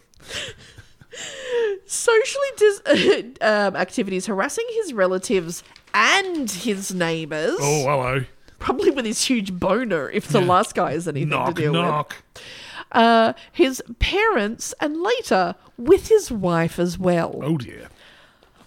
S4: Socially dis- um, activities harassing his relatives and his neighbors.
S3: Oh, hello.
S4: Probably with his huge boner, if the last guy has anything
S3: Knock,
S4: to deal with.
S3: knock.
S4: uh, his parents and later with his wife as well.
S3: Oh, dear.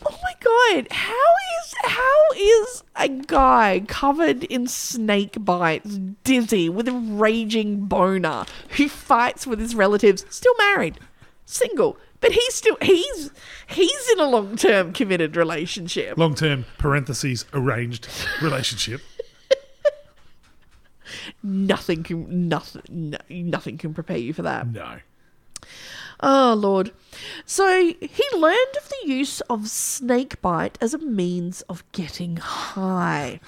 S4: Oh my god, how is how is a guy covered in snake bites, dizzy with a raging boner, who fights with his relatives, still married, single, but he's still he's he's in a long term committed relationship.
S3: Long term, parentheses, arranged relationship.
S4: Nothing can nothing no, nothing can prepare you for that.
S3: No.
S4: Oh, Lord. So he learned of the use of snakebite as a means of getting high.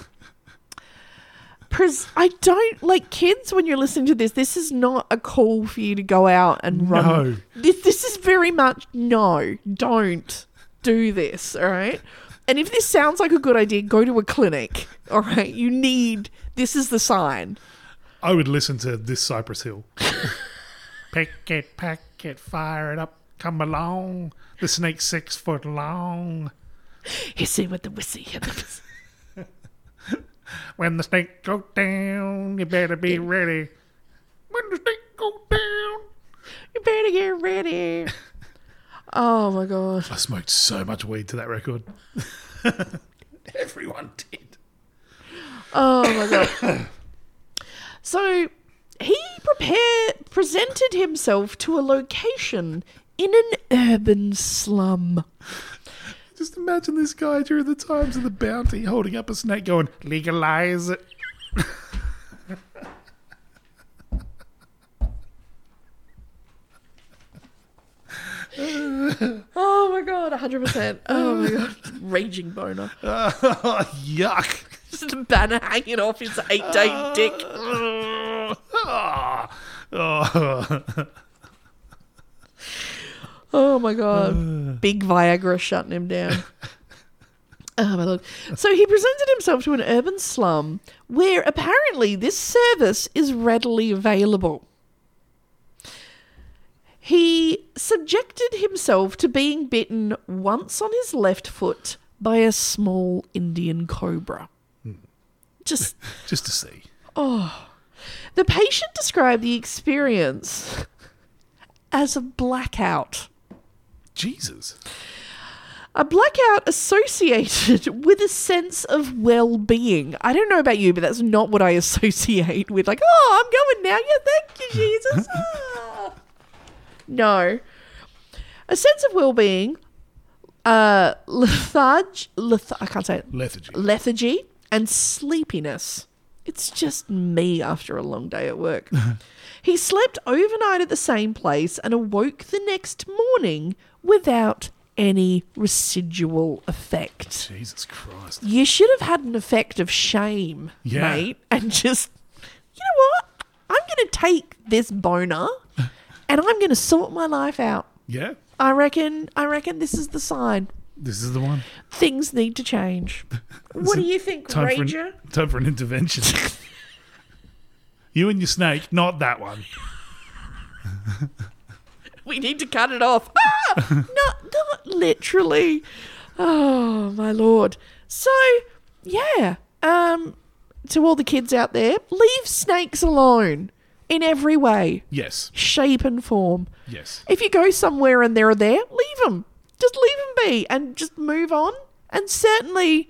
S4: Pres- I don't like kids when you're listening to this. This is not a call for you to go out and run. This, this is very much no, don't do this. All right. And if this sounds like a good idea, go to a clinic. All right. You need this is the sign.
S3: I would listen to this Cypress Hill. pick it, pack it, fire it up, come along. The snake's six foot long.
S4: Hissy with the wissy. and the wissy.
S3: When the snake go down, you better be ready. When the snake go down.
S4: You better get ready. Oh my god.
S3: I smoked so much weed to that record. Everyone did.
S4: So he prepared presented himself to a location in an urban slum.
S3: Just imagine this guy during the times of the bounty holding up a snake going, legalize it.
S4: Oh my god, 100%. Oh my god. Raging boner.
S3: Yuck.
S4: Just the banner hanging off his eight day dick.
S3: Ah. Oh.
S4: Oh my god. Big Viagra shutting him down. Oh my lord. So he presented himself to an urban slum where apparently this service is readily available. He subjected himself to being bitten once on his left foot by a small Indian cobra. Just
S3: Just to see.
S4: the patient described the experience as a blackout.
S3: Jesus.
S4: A blackout associated with a sense of well being. I don't know about you, but that's not what I associate with, like, oh, I'm going now. Yeah, thank you, Jesus. Ah. no. A sense of well being, uh, letharg- leth- I can't say it.
S3: Lethargy.
S4: lethargy, and sleepiness. It's just me after a long day at work. he slept overnight at the same place and awoke the next morning without any residual effect.
S3: Jesus Christ.
S4: You should have had an effect of shame,
S3: Yeah.
S4: mate, and just, you know what? I'm going to take this boner and I'm going to sort my life out.
S3: Yeah.
S4: I reckon, I reckon this is the sign.
S3: This is the one.
S4: Things need to change. what do you think,
S3: Time for,
S4: Ranger?
S3: an, time for an intervention. you and your snake, not that one.
S4: we need to cut it off. Ah! not, not literally. Oh my lord. So yeah. Um, to all the kids out there, leave snakes alone in every way,
S3: Yes.
S4: shape and form.
S3: Yes.
S4: If you go somewhere and they're there, leave them. Just leave them be and just move on. And certainly,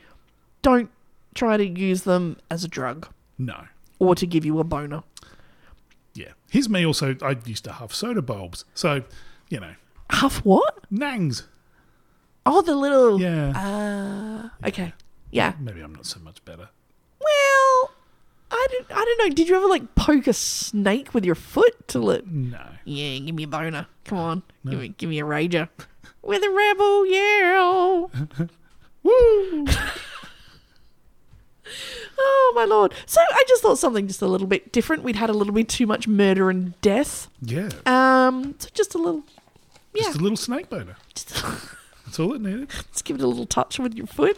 S4: don't try to use them as a drug
S3: No.
S4: or to give you a boner.
S3: Yeah. Here's me also. I used to huff soda bulbs. So, you know,
S4: Huff what?
S3: nangs.
S4: Oh, the little.
S3: Yeah.
S4: Uh, Okay. Yeah.
S3: Maybe I'm not so much better.
S4: Well, I don't, I don't know. Did you ever like poke a snake with your foot till it?
S3: No.
S4: Yeah, give me a boner. Come on, give me, give me a rager. We're the rebel, yeah. Woo! oh my lord. So I just thought something just a little bit different. We'd had a little bit too much murder and death.
S3: Yeah.
S4: Um, so just a little, yeah,
S3: Just a little snake biter.
S4: just,
S3: That's all it needed.
S4: just give it a little touch with your foot.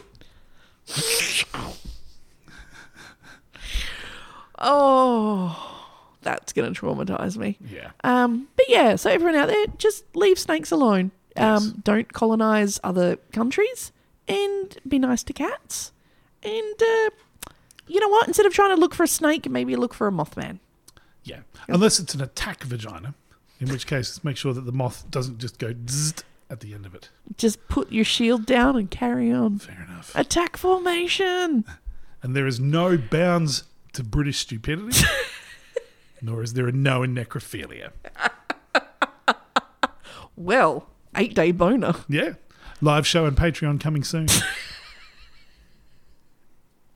S4: oh, that's gonna traumatize me.
S3: Yeah.
S4: Um, but yeah, so everyone out there, just leave snakes alone.
S3: Yes.
S4: Um, don't colonize other countries, and be nice to cats. And uh, you know what? Instead of trying to look for a snake, maybe look for a mothman.
S3: Yeah. Unless it's an attack vagina, in which case make sure that the moth doesn't just go zzzt at the end of it.
S4: Just put your shield down and carry on.
S3: Fair enough.
S4: Attack formation.
S3: And there is no bounds to British stupidity, nor is there a no in necrophilia.
S4: Well, eight day boner.
S3: Yeah. Live show and Patreon coming soon.